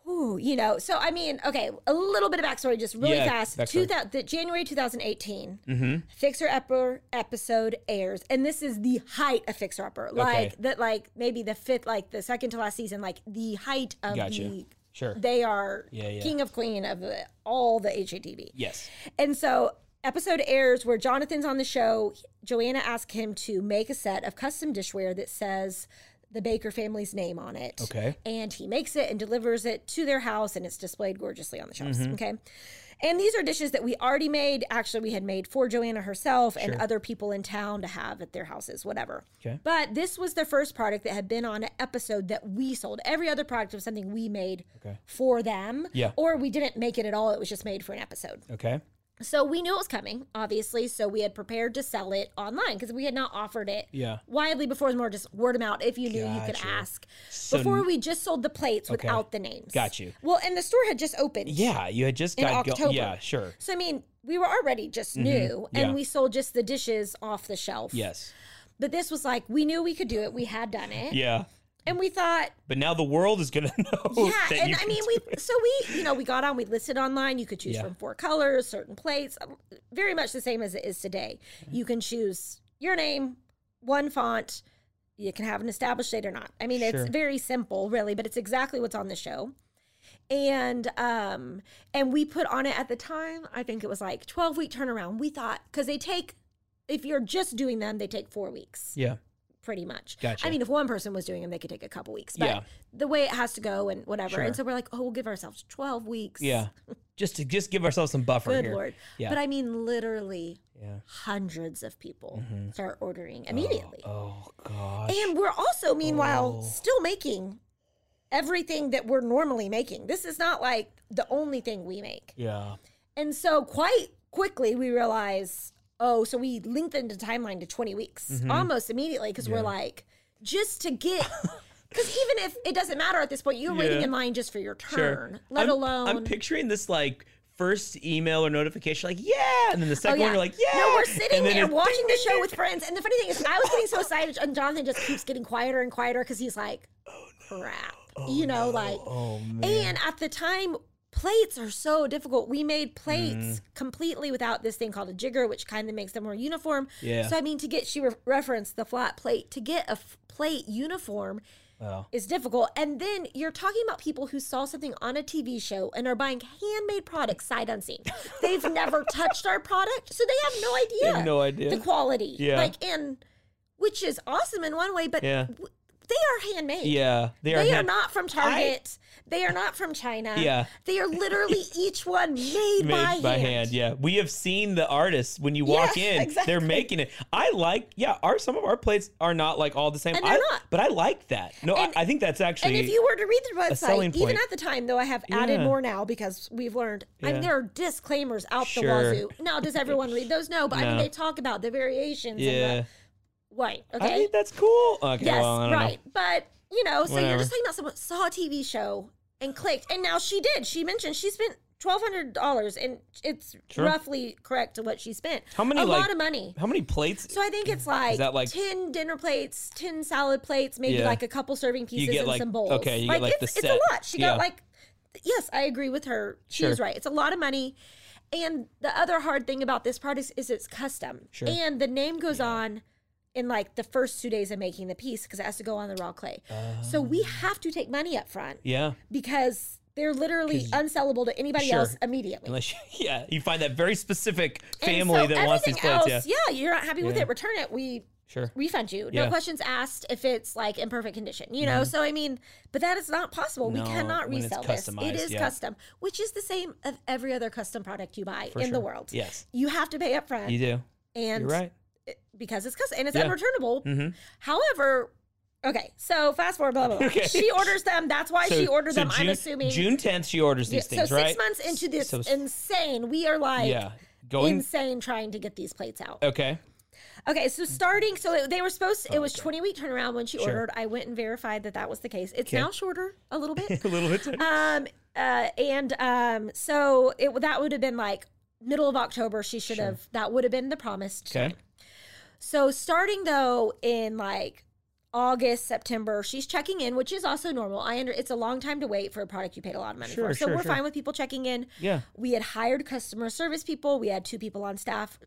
C: whew, you know, so I mean, okay, a little bit of backstory, just really
B: Yeah,
C: fast.
B: backstory.
C: Two thou- the, January 2018,
B: hmm
C: Fixer Upper episode airs, and this is the height of Fixer Upper, like that, like maybe the fifth, like the second to last season, like the height of
B: Gotcha.
C: the.
B: sure.
C: They are
B: Yeah, yeah.
C: king of queen of the, all the HGTV.
B: yes.
C: And so episode airs where Jonathan's on the show. Joanna asked him to make a set of custom dishware that says the Baker family's name on it.
B: Okay.
C: And he makes it and delivers it to their house and it's displayed gorgeously on the shelves.
B: Mm-hmm.
C: Okay. And these are dishes that we already made. Actually, we had made for Joanna herself and other people in town to have at their houses, whatever.
B: Okay.
C: But this was the first product that had been on an episode that we sold. Every other product was something we made
B: Okay.
C: for them.
B: Yeah.
C: Or we didn't make it at all. It was just made for an episode.
B: Okay.
C: So we knew it was coming, obviously. So we had prepared to sell it online because we had not offered it
B: Yeah.
C: widely before. It was more just word of mouth. If you knew, you could
B: Gotcha.
C: ask.
B: So
C: before
B: n-
C: we just sold the plates
B: Okay.
C: without the names.
B: Got you.
C: Well, and the store had just opened.
B: Yeah, you had just
C: In
B: got go-
C: October.
B: Yeah, sure.
C: So I mean, we were already just new,
B: Mm-hmm. Yeah.
C: and we sold just the dishes off the shelf.
B: Yes.
C: But this was like we knew we could do it. We had done it,
B: Yeah.
C: and we thought
B: But now the world is gonna know. that
C: yeah, and
B: you
C: I
B: can
C: mean,
B: do
C: we
B: it.
C: so we you know we got on. We listed online. You could choose
B: Yeah.
C: from four colors, certain plates, um, very much the same as it is today. You can choose your name, one font. You can have an established date or not. I mean,
B: Sure.
C: it's very simple, really, but it's exactly what's on the show. And um and we put on it at the time. I think it was like twelve week turnaround. We thought because they take if you're just doing them, they take four weeks
B: Yeah.
C: pretty much.
B: Gotcha.
C: I mean, if one person was doing them, they could take a couple weeks. But
B: Yeah.
C: the way it has to go and whatever.
B: Sure.
C: And so we're like, oh, we'll give ourselves 12 weeks.
B: Yeah. Just to just give ourselves some buffer
C: Good
B: here.
C: Lord.
B: Yeah.
C: But I mean, literally
B: yeah. Mm-hmm.
C: hundreds of people start ordering immediately.
B: Oh gosh.
C: And we're also, meanwhile,
B: Oh.
C: still making everything that we're normally making. This is not like the only thing we make.
B: yeah.
C: And so quite quickly we realize, oh, so we lengthened the timeline to 20 weeks
B: Mm-hmm.
C: almost immediately because we're like, just to get, because even if it doesn't matter at this point, you're waiting
B: Yeah.
C: in line just for your
B: Sure.
C: turn, let
B: I'm-
C: alone.
B: I'm picturing this like first email or notification, like, yeah. And then the second
C: Oh,
B: one,
C: yeah.
B: you're like, yeah.
C: No, we're
B: and
C: sitting
B: then
C: there
B: it's-
C: watching the show with friends. And the funny thing is, I was getting so excited, and Jonathan just keeps getting quieter and quieter because he's like, crap. you know, like,
B: Oh, man.
C: and at the time, plates are so difficult. We made
B: Mm-hmm.
C: plates completely without this thing called a jigger, which kind of makes them more uniform.
B: Yeah.
C: So, I mean, to get, she re- referenced the flat plate, to get a f- plate uniform
B: Wow.
C: is difficult. And then you're talking about people who saw something on a TV show and are buying handmade products sight unseen. They've never touched our product, so they have no idea.
B: have no idea.
C: the quality.
B: Yeah.
C: Like and which is awesome in one way, but
B: Yeah.
C: w- they are handmade.
B: Yeah. They
C: They
B: are,
C: are,
B: hand-
C: not from Target. They are not from China.
B: Yeah.
C: They are literally each one made,
B: made by, hand. Yeah, we have seen the artists when you walk
C: Yes,
B: in,
C: exactly.
B: they're making it. I like, yeah, our some of our plates are not like all the same.
C: And
B: I,
C: they're not.
B: but I like that. No,
C: And-
B: I, I think that's actually.
C: And if you were to read the
B: selling
C: website, even
B: point.
C: at the time, though I have added
B: Yeah.
C: more now because we've learned, I
B: Yeah.
C: mean, there are disclaimers out the
B: Sure.
C: wazoo. Now, does everyone read those? No, but I mean,
B: No.
C: they talk about the variations.
B: yeah,
C: And the, right.
B: I
C: Okay.
B: think that's cool. Okay,
C: yes.
B: well, I don't know.
C: right. But you know, so you're
B: Whatever.
C: just talking about someone saw a TV show and clicked, and now she did. She mentioned she spent. Twelve hundred dollars, and it's
B: Sure.
C: roughly correct to what she spent.
B: How many,
C: A
B: like-
C: lot of money.
B: How many plates?
C: So I think it's like,
B: that like-
C: ten dinner plates, ten salad plates, maybe
B: Yeah.
C: like a couple serving pieces
B: get
C: and
B: like-
C: some bowls.
B: okay, you get like the
C: it's,
B: set.
C: it's a lot. She
B: Yeah.
C: got like, yes, I agree with her. She was
B: Sure.
C: right. It's a lot of money, and the other hard thing about this product is, is it's custom,
B: Sure.
C: and the name goes on in like the first two days of making the piece because it has to go on the raw clay.
B: Oh.
C: so we have to take money up front
B: yeah,
C: because they're literally unsellable to anybody
B: Sure.
C: else immediately.
B: unless you, yeah, you find that very specific
C: And
B: family
C: so
B: that wants these
C: everything
B: plates.
C: else,
B: yeah,
C: yeah, you're not happy with
B: Yeah.
C: it, return it. We
B: sure.
C: refund
B: Yeah.
C: you.
B: Mm-hmm.
C: No questions asked if it's like in perfect condition, you know? So, I mean, but that is not possible.
B: No,
C: we cannot
B: when it's
C: resell this.
B: customized,
C: It is
B: yeah.
C: custom, which is the same of every other custom product you buy
B: For
C: in the
B: sure.
C: world.
B: Yes.
C: You have to pay up front.
B: You do.
C: And
B: You're right.
C: it- because it's custom and it's
B: Yeah.
C: unreturnable.
B: Mhm.
C: However, okay, so fast forward, blah, blah, blah.
B: Okay.
C: She orders them. That's why she ordered
B: so
C: them,
B: June,
C: I'm assuming.
B: June 10th, she orders
C: Yeah,
B: these things,
C: so
B: right?
C: six months into this
B: So-
C: insane, we are like
B: yeah, going.
C: insane trying to get these plates out.
B: okay,
C: Okay, so starting, so they were supposed.
B: Oh,
C: To, it was twenty week turnaround when she ordered. I went and verified that that was the case. It's now shorter a little bit.
B: a little bit.
C: um, uh, and um, so it that would have been like middle of October. She should have. That would have been the promised.
B: Okay,
C: So starting though in like August, September, she's checking in, which is also normal. I under it's a long time to wait for a product you paid a lot of money
B: Sure,
C: for. So
B: sure,
C: we're
B: sure.
C: fine with people checking in.
B: Yeah.
C: We had hired customer service people. We had two people on staff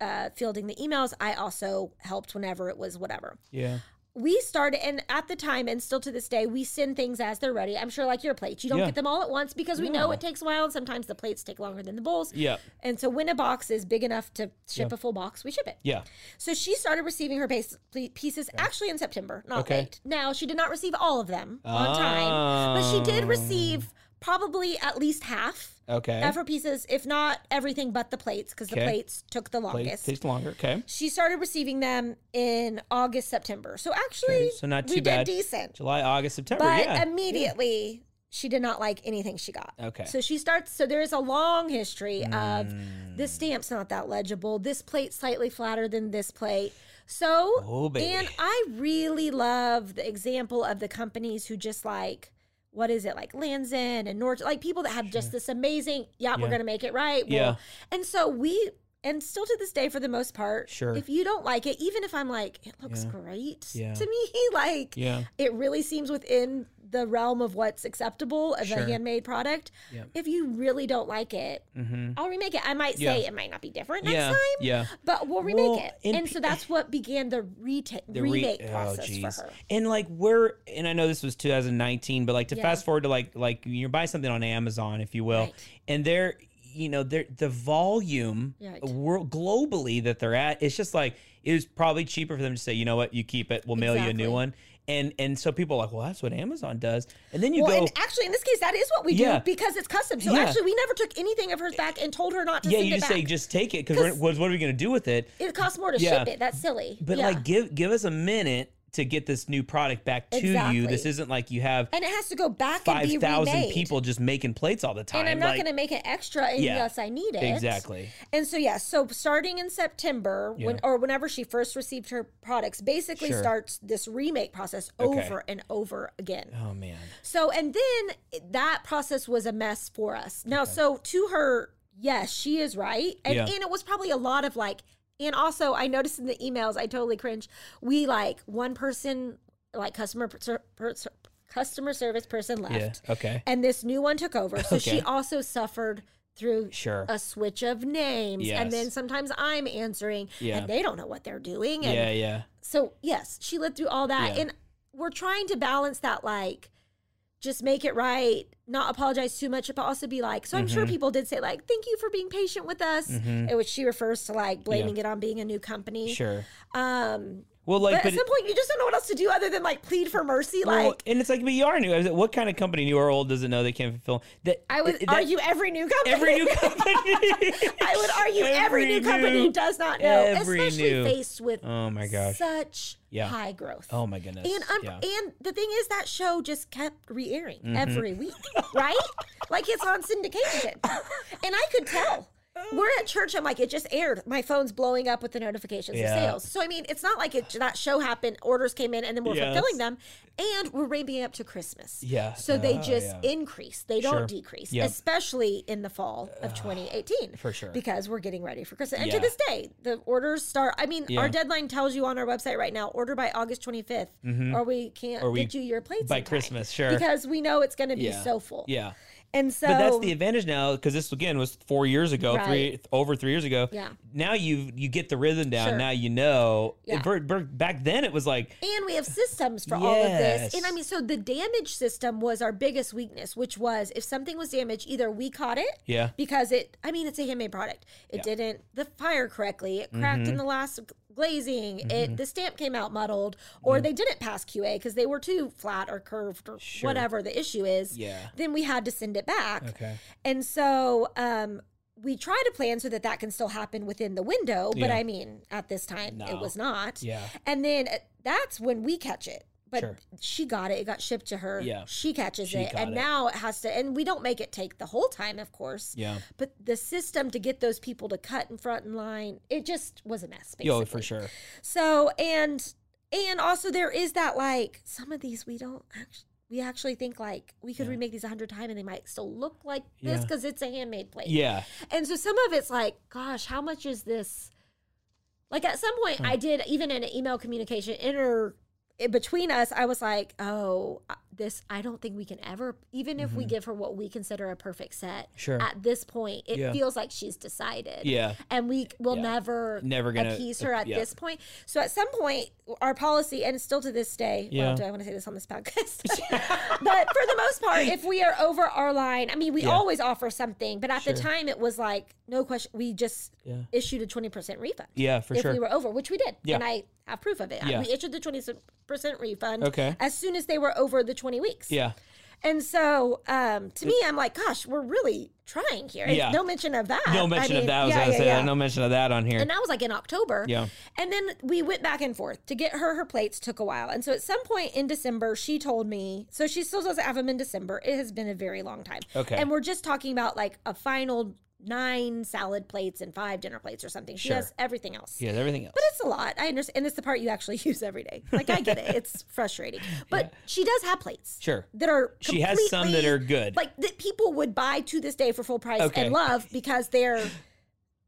C: uh, fielding the emails. I also helped whenever it was whatever.
B: yeah,
C: We started and at the time and still to this day, we send things as they're ready. I'm sure like your plates. You don't
B: Yeah.
C: get them all at once because we know
B: No.
C: it takes a while and sometimes the plates take longer than the bowls.
B: yeah,
C: And so when a box is big enough to ship a full box, we ship it.
B: yeah.
C: So she started receiving her pace, ple- pieces actually in September, not
B: Okay.
C: late. Now she did not receive all of them on time, but she did
B: Oh.
C: receive probably at least half
B: Okay.
C: of her pieces, if not everything but the plates, because
B: Okay.
C: the plates took the
B: Play-
C: longest.
B: takes longer. Okay.
C: She started receiving them in August, September. So actually,
B: so not
C: we
B: too bad.
C: did decent.
B: July, August, September.
C: But
B: yeah.
C: immediately she did not like anything she got.
B: Okay.
C: So she starts. So there is a long history of
B: Mm.
C: this stamp's not that legible. This plate slightly flatter than this plate. So
B: Oh, baby.
C: and I really love the example of the companies who just like. What is it like Lanzin and North like people that have just this amazing yeah, we're
B: Yeah.
C: gonna make it right
B: Yeah.
C: and so we and still to this day for the most part
B: Sure.
C: if you don't like it even if I'm like it looks
B: Yeah.
C: great
B: Yeah.
C: to me like
B: yeah.
C: it really seems within the realm of what's acceptable as
B: Sure.
C: a handmade product.
B: Yeah.
C: If you really don't like it,
B: Mm-hmm.
C: I'll remake it. I might
B: Yeah.
C: say it might not be different next
B: Yeah.
C: time,
B: Yeah.
C: but we'll remake
B: Well,
C: it.
B: and
C: And,
B: pe-
C: so that's what began the, reta-
B: The re-
C: remake
B: oh,
C: process
B: jeez.
C: for her.
B: And like we're and I know this was 2019, but like to
C: Yeah.
B: fast forward to like like you buy something on Amazon, if you will,
C: Right.
B: and they're you know they're the volume
C: Right.
B: world globally that they're at. It's just like it was probably cheaper for them to say, you know what, you keep it, we'll mail you a new
C: Exactly.
B: one. And and so people are like, well, that's what Amazon does. And then you
C: Well,
B: go,
C: and actually, in this case, that is what we
B: Yeah.
C: do because it's custom. So
B: Yeah.
C: actually, we never took anything of hers back and told her not to
B: yeah,
C: send
B: you
C: it
B: just
C: back.
B: say just take it because
C: 'Cause-
B: what what are we going to do with it?
C: it costs more to
B: Yeah.
C: ship it. That's silly.
B: But
C: Yeah.
B: like give give us a minute to get this new product back to you. This
C: Exactly.
B: isn't like you have
C: and it has to go back and
B: five
C: be
B: thousand
C: remade.
B: people just making plates all the time.
C: and I'm not
B: Like,
C: going to make it extra unless I need it.
B: Exactly.
C: And so yeah, so starting in September when or whenever she first received her products, basically
B: Sure.
C: starts this remake process
B: Okay.
C: over and over again.
B: Oh man.
C: So and then that process was a mess for us. Now so to her yes, she is right. And,
B: Yeah.
C: and it was probably a lot of like, and also I noticed in the emails, I totally cringe. We like one person, like customer per, per- customer service person left,
B: Yeah. Okay.
C: and this new one took over. So
B: Okay.
C: she also suffered through
B: Sure.
C: a switch of names, and then
B: Yes.
C: sometimes I'm answering,
B: Yeah.
C: and they don't know what they're doing, and
B: Yeah. Yeah.
C: so yes, she lived through all that,
B: Yeah.
C: and we're trying to balance that, like, just make it right, not apologize too much, but also be like. So I'm sure
B: Mm-hmm.
C: people did say like, "Thank you for being patient with us," in which she refers to like blaming it on being a new company.
B: Sure.
C: Um,
B: Well, like,
C: but
B: but
C: at some point, you just don't know what else to do other than like plead for mercy.
B: well,
C: like
B: and it's like, but you are new. I was like, What kind of company, new or old, doesn't know they can't fulfill that?
C: I would
B: that-
C: argue every new company.
B: every new company.
C: I would argue every, new company does not know,
B: every
C: especially
B: new-
C: faced with
B: Oh my gosh.
C: such
B: Yeah.
C: high growth.
B: Oh my goodness.
C: And un-
B: yeah. Mm-hmm.
C: and the thing is that show just kept re-airing every week, right? like it's on syndication, and I could tell. We're at church. I'm like, it just aired. My phone's blowing up with the notifications
B: Yeah.
C: of sales. So I mean, it's not like it that show happened. Orders came in, and then we're
B: Yes.
C: fulfilling them, and we're ramping up to Christmas.
B: Yeah.
C: So they
B: Oh,
C: just
B: yeah.
C: increase. They don't
B: Sure.
C: decrease,
B: Yep.
C: especially in the fall of 2018.
B: for sure.
C: Because we're getting ready for Christmas. And
B: Yeah.
C: to this day, the orders start. I mean,
B: Yeah.
C: our deadline tells you on our website right now order by August 25th, or we can't
B: Mm-hmm. Or we-
C: get you your plates
B: by
C: in time.
B: Christmas, sure.
C: Because we know it's going to be
B: Yeah.
C: so full.
B: yeah.
C: And so.
B: but that's the advantage now because this again was four years ago, three
C: Right.
B: over three years ago.
C: Yeah.
B: Now you you get the rhythm down.
C: Sure.
B: Now you know.
C: Yeah.
B: Ver- ver- back then it was like
C: and we have systems for all of this. And I
B: Yes.
C: mean, so the damage system was our biggest weakness, which was if something was damaged, either we caught it
B: yeah
C: because it i mean it's a handmade product it didn't the fire correctly it cracked
B: Mm-hmm.
C: in the last glazing it the stamp came out muddled or they didn't pass qa because they were too flat or curved or whatever the issue is
B: Yeah.
C: then we had to send it back
B: okay
C: and so um we try to plan so that that can still happen within the window but
B: Yeah.
C: i mean at this time
B: No.
C: it was not
B: Yeah.
C: and then uh, that's when we catch it but
B: Sure.
C: she got it it got shipped to her
B: Yeah.
C: she catches
B: She
C: it
B: got
C: and
B: it.
C: now it has to and we don't make it take the whole time of course
B: yeah.
C: but the system to get those people to cut in front in line, it just was a mess. Basically.
B: Yo, for sure.
C: So and and also there is that like some of these we don't actually we actually think like we could remake these a hundred times and they might still look like this
B: Yeah.
C: because it's a handmade plate.
B: Yeah.
C: And so some of it's like, gosh, how much is this? Like at some point, I did even in an email communication inter in between us, I was like, oh, uh, this I don't think we can ever, even if we give her what we consider a perfect set.
B: Mm-hmm. Sure.
C: At this point, it
B: Yeah.
C: feels like she's decided.
B: Yeah.
C: And we will
B: Yeah.
C: never,
B: Never gonna-
C: appease her at
B: yeah.
C: this point. So at some point, our policy, and still to this day,
B: Yeah.
C: well, do I want to say this on this podcast? but for the most part, if we are over our line, I mean, we
B: Yeah.
C: always offer something, but at the
B: Sure.
C: time, it was like no question. We just
B: Yeah.
C: issued a twenty percent refund.
B: Yeah, for
C: if
B: sure.
C: we were over, which we did,
B: Yeah.
C: and I have proof of it.
B: Yeah.
C: We issued the twenty percent refund.
B: Okay.
C: As soon as they were over the twenty weeks.
B: yeah.
C: And so, um, to me, I'm like, gosh, we're really trying here. And
B: Yeah.
C: No mention of that.
B: No
C: I
B: mention of
C: mean,
B: that. I was
C: yeah,
B: gonna
C: yeah,
B: say
C: yeah.
B: that. No mention of that on here.
C: And that was like in October.
B: Yeah.
C: And then we went back and forth to get her her plates took a while. And so at some point in December, she told me, so she still doesn't have them in December. It has been a very long time.
B: Okay.
C: And we're just talking about like a final nine salad plates and five dinner plates or something. She
B: Sure.
C: has everything else.
B: yeah. Everything else.
C: But it's a lot. I understand. And it's the part you actually use every day. Like, I get it. It's frustrating. But she does have plates.
B: Sure.
C: That are
B: She has some that
C: completely-
B: are good.
C: Like, that people would buy to this day for full price
B: Okay.
C: and love because they're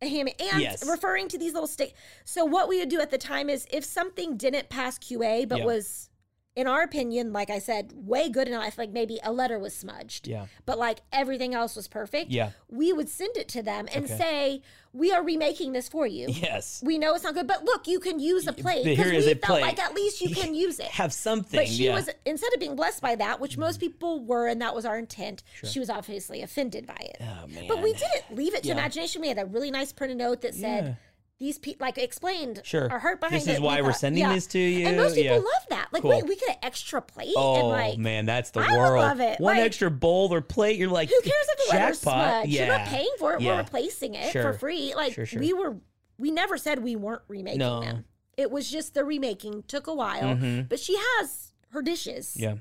C: a ham. And
B: Yes.
C: referring to these little steak. So, what we would do at the time is if something didn't pass QA, but
B: Yeah.
C: was, in our opinion, like I said, way good enough, like maybe a letter was smudged
B: Yeah.
C: but like everything else was perfect.
B: Yeah.
C: We would send it to them and
B: Okay.
C: say, We are remaking this for you.
B: Yes.
C: We know it's not good, but look, you can use a plate.
B: Here
C: Because we
B: is a
C: felt
B: plate.
C: like at least you can use it.
B: Have something.
C: but she
B: yeah. Mm-hmm.
C: was instead of being blessed by that, which most people were, and that was our intent, she was obviously offended by it.
B: Oh, man.
C: But we didn't leave it to
B: Yeah.
C: imagination. We had a really nice printed note that said
B: Yeah.
C: these people like explained
B: Sure.
C: our heart behind
B: This is
C: it. We
B: why we're
C: thought-
B: sending this to you.
C: And most people
B: Yeah.
C: love that. Like,
B: Cool.
C: wait, we get an extra plate and
B: Oh
C: like
B: man, that's the
C: I would
B: world.
C: love it.
B: One
C: Like,
B: extra bowl or plate, you're like,
C: who cares if the weather's
B: jackpot.
C: smudged?
B: Yeah,
C: You're not paying for it.
B: Yeah.
C: We're replacing it
B: Sure.
C: for free. Like
B: Sure, sure.
C: we were, we never said we weren't remaking
B: No. Mm-hmm.
C: them. It was just the remaking took a while, but she has her dishes
B: Yeah,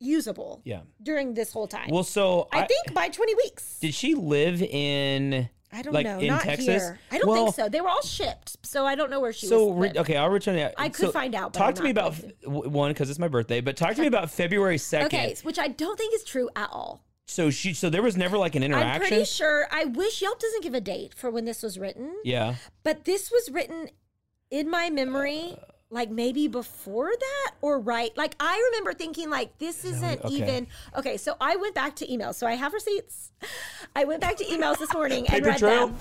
C: usable
B: yeah.
C: during this whole time.
B: Well, so
C: I, think by 20 weeks.
B: did she live in?
C: I don't
B: like,
C: know.
B: in
C: Not
B: Texas?
C: here. I don't
B: Well-
C: think so. They were all shipped, so I don't know where she
B: so
C: was.
B: re-
C: lived.
B: okay, I'll return that.
C: I could
B: So,
C: find out, but
B: Talk
C: I'm
B: to me
C: not
B: about
C: going
B: f- w- one because it's my birthday, but talk to me about February second.
C: Okay, which I don't think is true at all.
B: So she so there was never like an
C: I'm
B: interaction.
C: pretty sure. I wish Yelp doesn't give a date for when this was written,
B: Yeah.
C: but this was written in my memory, like maybe before that or right. Like I remember thinking, like this isn't
B: okay.
C: even okay. So I went back to emails. So I have receipts. I went back to emails this morning and
B: Paper
C: read
B: trail.
C: them.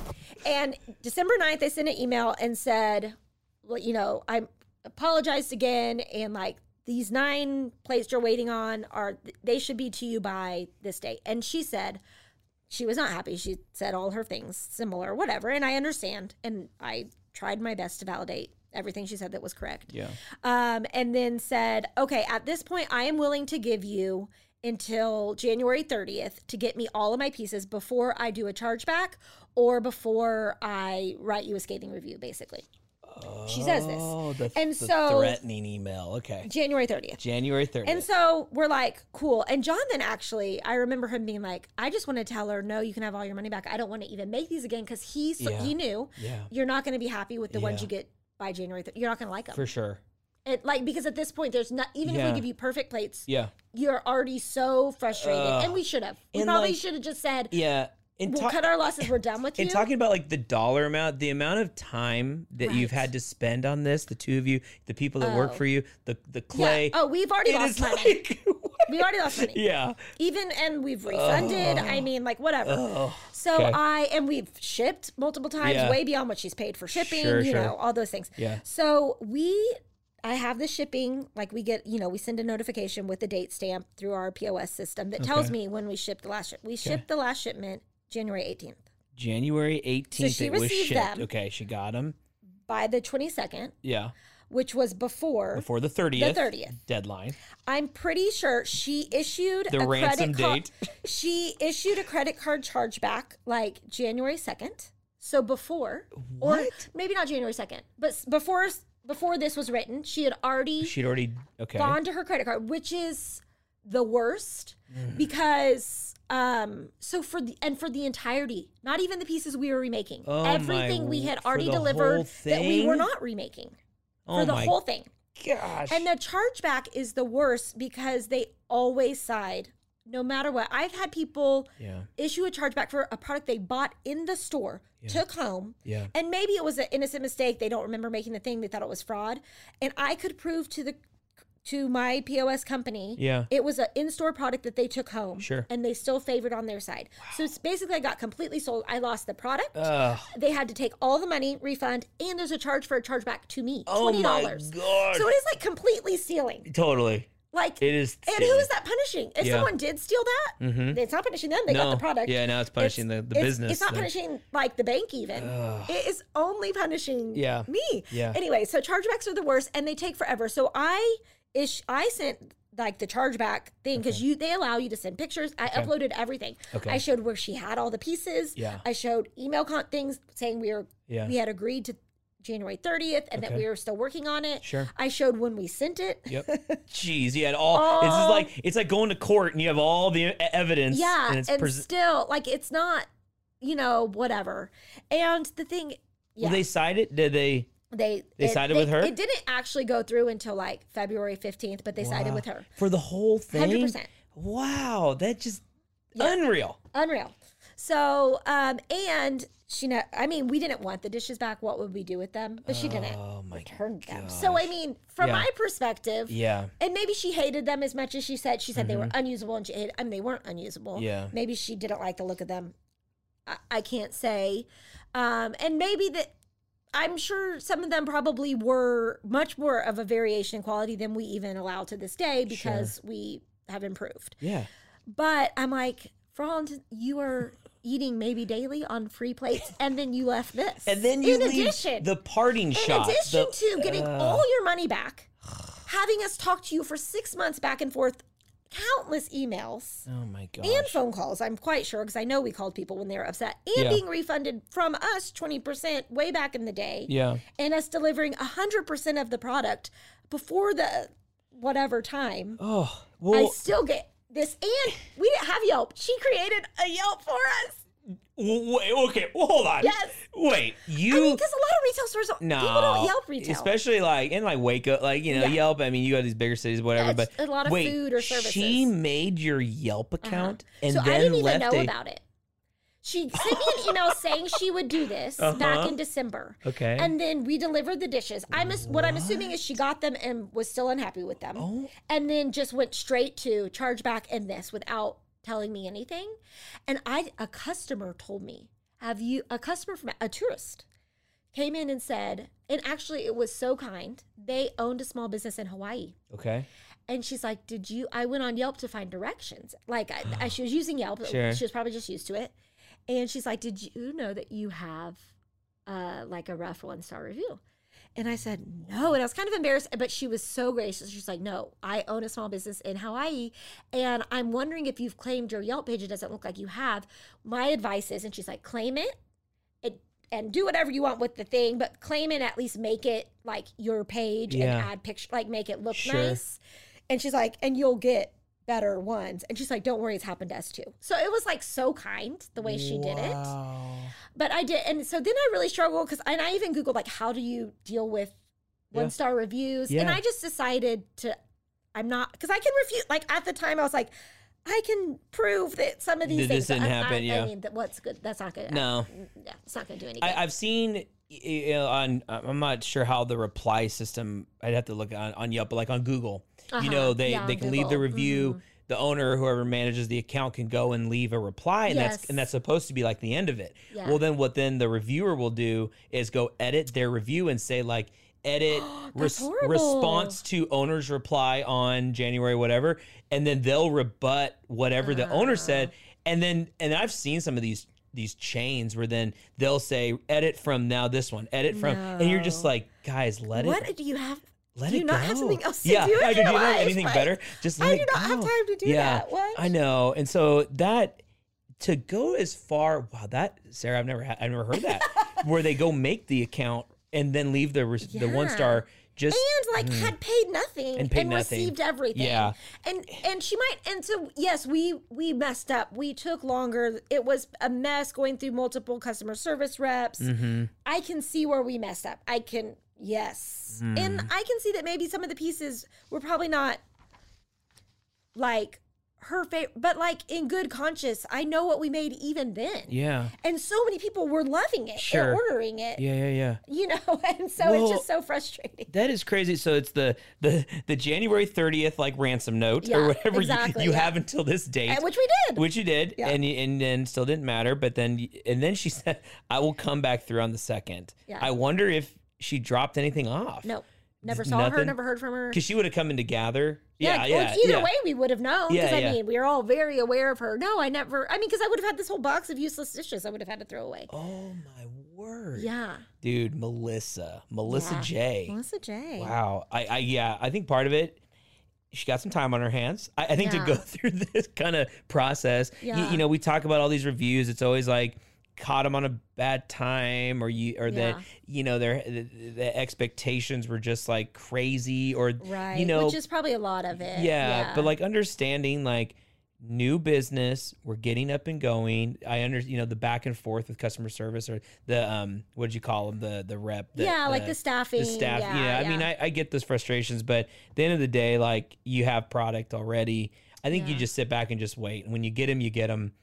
C: And December 9th, they sent an email and said, well, you know, I apologized again, and like these nine plates you're waiting on are they should be to you by this date. And she said she was not happy. She said all her things similar, whatever, and I understand. And I tried my best to validate everything she said that was correct
B: Yeah.
C: um, and then said, "Okay, at this point, I am willing to give you until January 30th to get me all of my pieces before I do a chargeback or before I write you a scathing review." Basically, she says this
B: Oh, the,
C: And
B: the
C: so-
B: threatening email. Okay.
C: January 30th.
B: January 30th.
C: And so we're like, cool. And John then actually, I remember him being like, I just want to tell her, no, you can have all your money back. I don't want to even make these again because he so
B: Yeah.
C: he knew
B: Yeah.
C: you're not going to be happy with the
B: Yeah.
C: ones you get by January. Th- you're not going to like them.
B: for sure.
C: It, like because at this point, there's not even if
B: Yeah.
C: we give you perfect plates,
B: Yeah.
C: you're already so frustrated.
B: Ugh.
C: and we should have. We
B: And,
C: probably
B: like,
C: should have just said,
B: Yeah. And
C: we'll
B: ta-
C: cut our losses. We're done with you.
B: and talking about like the dollar amount, the amount of time that you've
C: Right.
B: had to spend on this, the two of you, the people that work
C: Oh.
B: for you, the the
C: Yeah.
B: clay.
C: Oh, we've already
B: it
C: lost
B: is
C: money.
B: like
C: we already lost money.
B: yeah.
C: Even and we've refunded. I mean, like whatever.
B: Oh,
C: so
B: okay.
C: I and we've shipped multiple times,
B: Yeah.
C: way beyond what she's paid for shipping.
B: Sure,
C: you
B: sure.
C: know, all those things.
B: Yeah.
C: So we, I have the shipping. Like we get, you know, we send a notification with a date stamp through our POS system that tells me when we shipped the last. Ship. We shipped the last shipment January 18th.
B: January 18th
C: she
B: it was
C: received
B: shipped.
C: them.
B: Okay, she got them.
C: By the 22nd,
B: Yeah.
C: which was
B: Before the 30th.
C: 30th.
B: Deadline.
C: I'm pretty sure she issued
B: The
C: a
B: ransom
C: credit card.
B: date.
C: She issued a credit card chargeback like January second, so before or
B: What?
C: maybe not January second, but s- before before this was written, she had already
B: She'd already okay.
C: gone to her credit card, which is the worst
B: Mm.
C: because um so for the and for the entirety, not even the pieces we were remaking,
B: Oh, my
C: everything we
B: w-
C: had
B: for
C: already
B: the whole
C: delivered that we were
B: thing?
C: not remaking
B: oh
C: for the
B: my
C: whole thing.
B: gosh.
C: And the chargeback is the worst because they always side, no matter what. I've had people
B: yeah.
C: issue a chargeback for a product they bought in the store, took home,
B: Yeah.
C: and maybe it was an innocent mistake. They don't remember making the thing. They thought it was fraud, and I could prove to the to my POS company,
B: Yeah.
C: it was an in-store product that they took home,
B: Sure.
C: and they still favored on their side. So it's basically, I got completely sold. I lost the product.
B: Ugh.
C: they had to take all the money, refund, and there's a charge for a chargeback to me,
B: Oh
C: twenty
B: my
C: dollars.
B: God.
C: So it is like completely stealing.
B: Totally.
C: Like
B: It is
C: And who
B: stealing.
C: is that punishing? If
B: Yeah. Hmm?
C: someone did steal that, it's not punishing them. They got the
B: No.
C: product.
B: Yeah, now it's punishing the- the
C: it's-
B: business,
C: It's not
B: the-
C: punishing like the bank even. It is only punishing
B: Yeah.
C: me.
B: Yeah.
C: Anyway, so chargebacks are the worst and they take forever. So I ish I sent like the chargeback thing because you they allow you to send pictures. I uploaded everything.
B: Okay.
C: I showed where she had all the pieces.
B: Yeah.
C: I showed email con- things saying we were
B: Yeah.
C: we had agreed to January 30th and that
B: Okay.
C: we were still working on it.
B: Sure.
C: I showed when we sent it.
B: Yep. Jeez, you had all. This is
C: All-
B: like it's like going to court and you have all the e- evidence.
C: Yeah,
B: and
C: and,
B: it's pres-
C: still, like, it's not, you know, whatever. And the thing, yeah,
B: Will they cite it? Did they?
C: they
B: they sided with her?
C: It didn't actually go through until like February fifteenth, but they sided
B: Wow.
C: with her.
B: for the whole thing.
C: 100%.
B: Wow, that just
C: Yeah.
B: unreal.
C: Unreal. So, um, and she, know, I mean, we didn't want the dishes back. What would we do with them? But she didn't
B: Oh my
C: return them. So, I mean, from
B: Yeah.
C: my perspective,
B: Yeah.
C: And maybe she hated them as much as she said. She said they were unusable, and she hated. I mean, they weren't unusable.
B: Mm-hmm. Yeah.
C: Maybe she didn't like the look of them. I, I can't say. Um, and maybe that I'm sure some of them probably were much more of a variation in quality than we even allow to this day because we have improved.
B: Yeah.
C: But I'm like, for all intents- you are eating maybe daily on free plates, and then you left this,
B: And then you
C: in
B: leave
C: addition,
B: the parting
C: in
B: shot.
C: addition
B: the-
C: to getting
B: uh,
C: all your money back, having us talk to you for six months back and forth, countless emails
B: Oh my gosh.
C: and phone calls, I'm quite sure, because I know we called people when they were upset, and
B: Yeah.
C: being refunded from us 20% way back in the day,
B: yeah.
C: and us delivering 100% of the product before the whatever time.
B: Oh
C: I
B: well.
C: still get this. And we didn't have Yelp. She created a Yelp for us.
B: W- Wait, okay, well, hold on.
C: Yes.
B: Wait, you.
C: I mean, because a lot of retail stores,
B: no,
C: people don't Yelp retail.
B: especially like in like Waco, like you know
C: Yeah.
B: Yelp. I mean, you go to these bigger cities, whatever.
C: it's
B: but
C: a lot of
B: wait,
C: food or
B: She
C: services. Uh-huh.
B: made your Yelp account and
C: so
B: then
C: I didn't even
B: left
C: know
B: a,
C: about it. She sent me an email saying she would do this back
B: Uh-huh.
C: in December.
B: Okay.
C: And then we delivered the dishes. I'm as- what I'm assuming is she got them and was still unhappy with them.
B: Oh.
C: And then just went straight to charge back and this without telling me anything. And I a customer told me, "Have you a customer from a tourist came in and said, and actually it was so kind. They owned a small business in Hawaii."
B: Okay.
C: And she's like, "Did you?" I went on Yelp to find directions. Like I, I, she was using Yelp.
B: Sure.
C: She was probably just used to it. And she's like, "Did you know that you have uh, like a rough one star review?" And I said, "No." And I was kind of embarrassed, but she was so gracious. She's like, "No, I own a small business in Hawaii, and I'm wondering if you've claimed your Yelp page. It doesn't look like you have. My advice is," and she's like, "Claim it." it- And do whatever you want with the thing, but claim it at least make it like your page
B: Yeah.
C: and add picture, like make it look
B: Sure.
C: nice. And she's like, and you'll get better ones. And she's like, don't worry, it's happened to us too. So it was like so kind the way she did it. But I did, and so then I really struggled because, and I even googled like, how do you deal with
B: Yeah.
C: one star reviews? And
B: Yeah.
C: I just decided to, I'm not because I can refute. Like at the time, I was like, I can prove that some of
B: That
C: these things
B: this didn't
C: I- I-
B: happen,
C: I,
B: yeah.
C: mean, that what's good, that's not good. Mm,
B: No.
C: yeah, it's not going to do any good.
B: I, I've seen y- y- you know, on uh, I'm not sure how the reply system. I'd have to look on, on Yelp, but like on Google, you
C: Uh-huh.
B: know, they
C: Yeah,
B: they
C: on
B: can leave the
C: Google. Mm-hmm.
B: review. The owner, whoever manages the account, can go and leave a reply, and that's
C: Yes.
B: and that's supposed to be like the end of it.
C: Yeah.
B: Well, then what? Then the reviewer will do is go edit their review and say like edit
C: That's horrible.
B: response to owner's reply on January whatever, and then they'll rebut whatever the
C: Ah.
B: owner said, and then and I've seen some of these these chains where then they'll say edit from now this one edit from and you're just
C: No.
B: like guys let
C: what
B: it
C: do you have?
B: let
C: do
B: it
C: you not
B: go.
C: have something else to
B: yeah
C: do? in
B: I do
C: your
B: you not have
C: life?
B: anything
C: Like,
B: better just let
C: I
B: it
C: do not have
B: go.
C: time to do
B: yeah
C: that. What?
B: I know and so that to go as far wow that Sarah I've never had I've never heard that where they go make the account and then leave the res- the one
C: Yeah.
B: star just
C: and like had paid nothing
B: Mm. And
C: and,
B: paid nothing.
C: received everything.
B: Yeah.
C: And and she might and so yes, we we messed up. We took longer. It was a mess going through multiple customer service reps.
B: Mm-hmm.
C: I can see where we messed up. I can yes.
B: Hmm.
C: And I can see that maybe some of the pieces were probably not like her favorite but like in good conscience, I know what we made even then.
B: yeah
C: And so many people were loving it
B: Sure.
C: and ordering it.
B: yeah yeah yeah
C: You know, and so
B: Well,
C: it's just so frustrating.
B: That is crazy. So it's the the the January thirtieth like ransom note or
C: Yeah,
B: whatever
C: exactly,
B: you, you
C: yeah.
B: have until this date,
C: And Uh, which we did.
B: which you did,
C: Yeah.
B: and you, and then still didn't matter. But then y- and then she said, "I will come back through on the second.
C: Yeah.
B: I wonder if she dropped anything off.
C: No, never
B: Just
C: saw her.
B: nothing?
C: Never heard from her.
B: because she would have come in to gather. Yeah,
C: or
B: yeah,
C: Either
B: yeah.
C: way, we would have known. Because
B: Yeah,
C: I
B: yeah.
C: mean, we were all very aware of her. No, I never. I mean, because I would have had this whole box of useless dishes. I would have had to throw away.
B: Oh my word!
C: Yeah,
B: dude, Melissa, Melissa
C: Yeah.
B: J.
C: Melissa J.
B: Wow. I, I yeah, I think part of it she got some time on her hands. I, I think
C: Yeah.
B: to go through this kind of process, you- you,
C: Yeah.
B: know, we talk about all these reviews. It's always like caught them on a bad time, or you, or that
C: Yeah.
B: you know their the, the expectations were just like crazy, or
C: Right.
B: you know,
C: which is probably a lot of it.
B: yeah, But like understanding like new business, we're getting up and going. I under you know the back and forth with customer service or the um what did you call them the the rep the,
C: yeah, like the staffing.
B: the staff. Yeah, I mean, I, I get those frustrations, but at the end of the day, like you have product already. I think you
C: Yeah.
B: just sit back and just wait. And when you get them, you get them.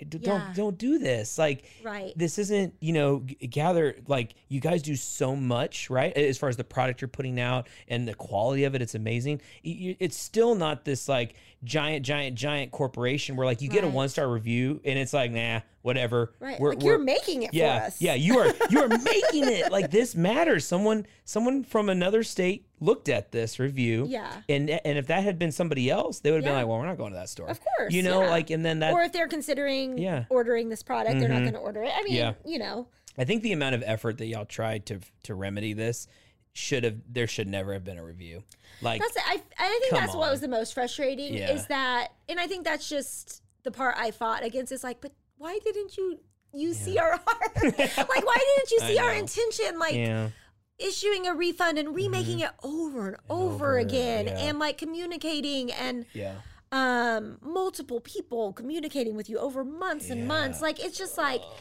C: Yeah.
B: Don't don't do this. Like
C: Right.
B: this isn't you know g- gather like you guys do so much right as far as the product you're putting out and the quality of it. It's amazing. Y- you- It's still not this like giant giant giant corporation where like you get a
C: Right.
B: one star review and it's like nah whatever.
C: right.
B: We're-
C: like you're
B: we're-
C: making it
B: yeah,
C: for us.
B: Yeah, you are you are making it. Like this matters. Someone someone from another state looked at this review.
C: Yeah.
B: And and if that had been somebody else, they would have been
C: Yeah.
B: like, Well, we're not going to that store.
C: Of course,
B: You know,
C: yeah.
B: like and then that
C: Or if they're considering
B: Yeah.
C: ordering this product, they're not
B: Mhm.
C: going to order it. I mean,
B: Yeah.
C: you know,
B: I think the amount of effort that y'all tried to to remedy this should have there should never have been a review. Like
C: That's I, I think
B: come
C: that's what
B: on.
C: was the most frustrating
B: Yeah.
C: is that, and I think that's just the part I fought against. Is like, but why didn't you use CRR? like, why didn't you
B: I
C: see our
B: know.
C: intention? Like
B: yeah. Mm-hmm.
C: issuing a refund and remaking it over and over,
B: over,
C: again,
B: yeah.
C: and like communicating and
B: Yeah.
C: um, multiple people communicating with you over months and months. Like it's just like,
B: Oh,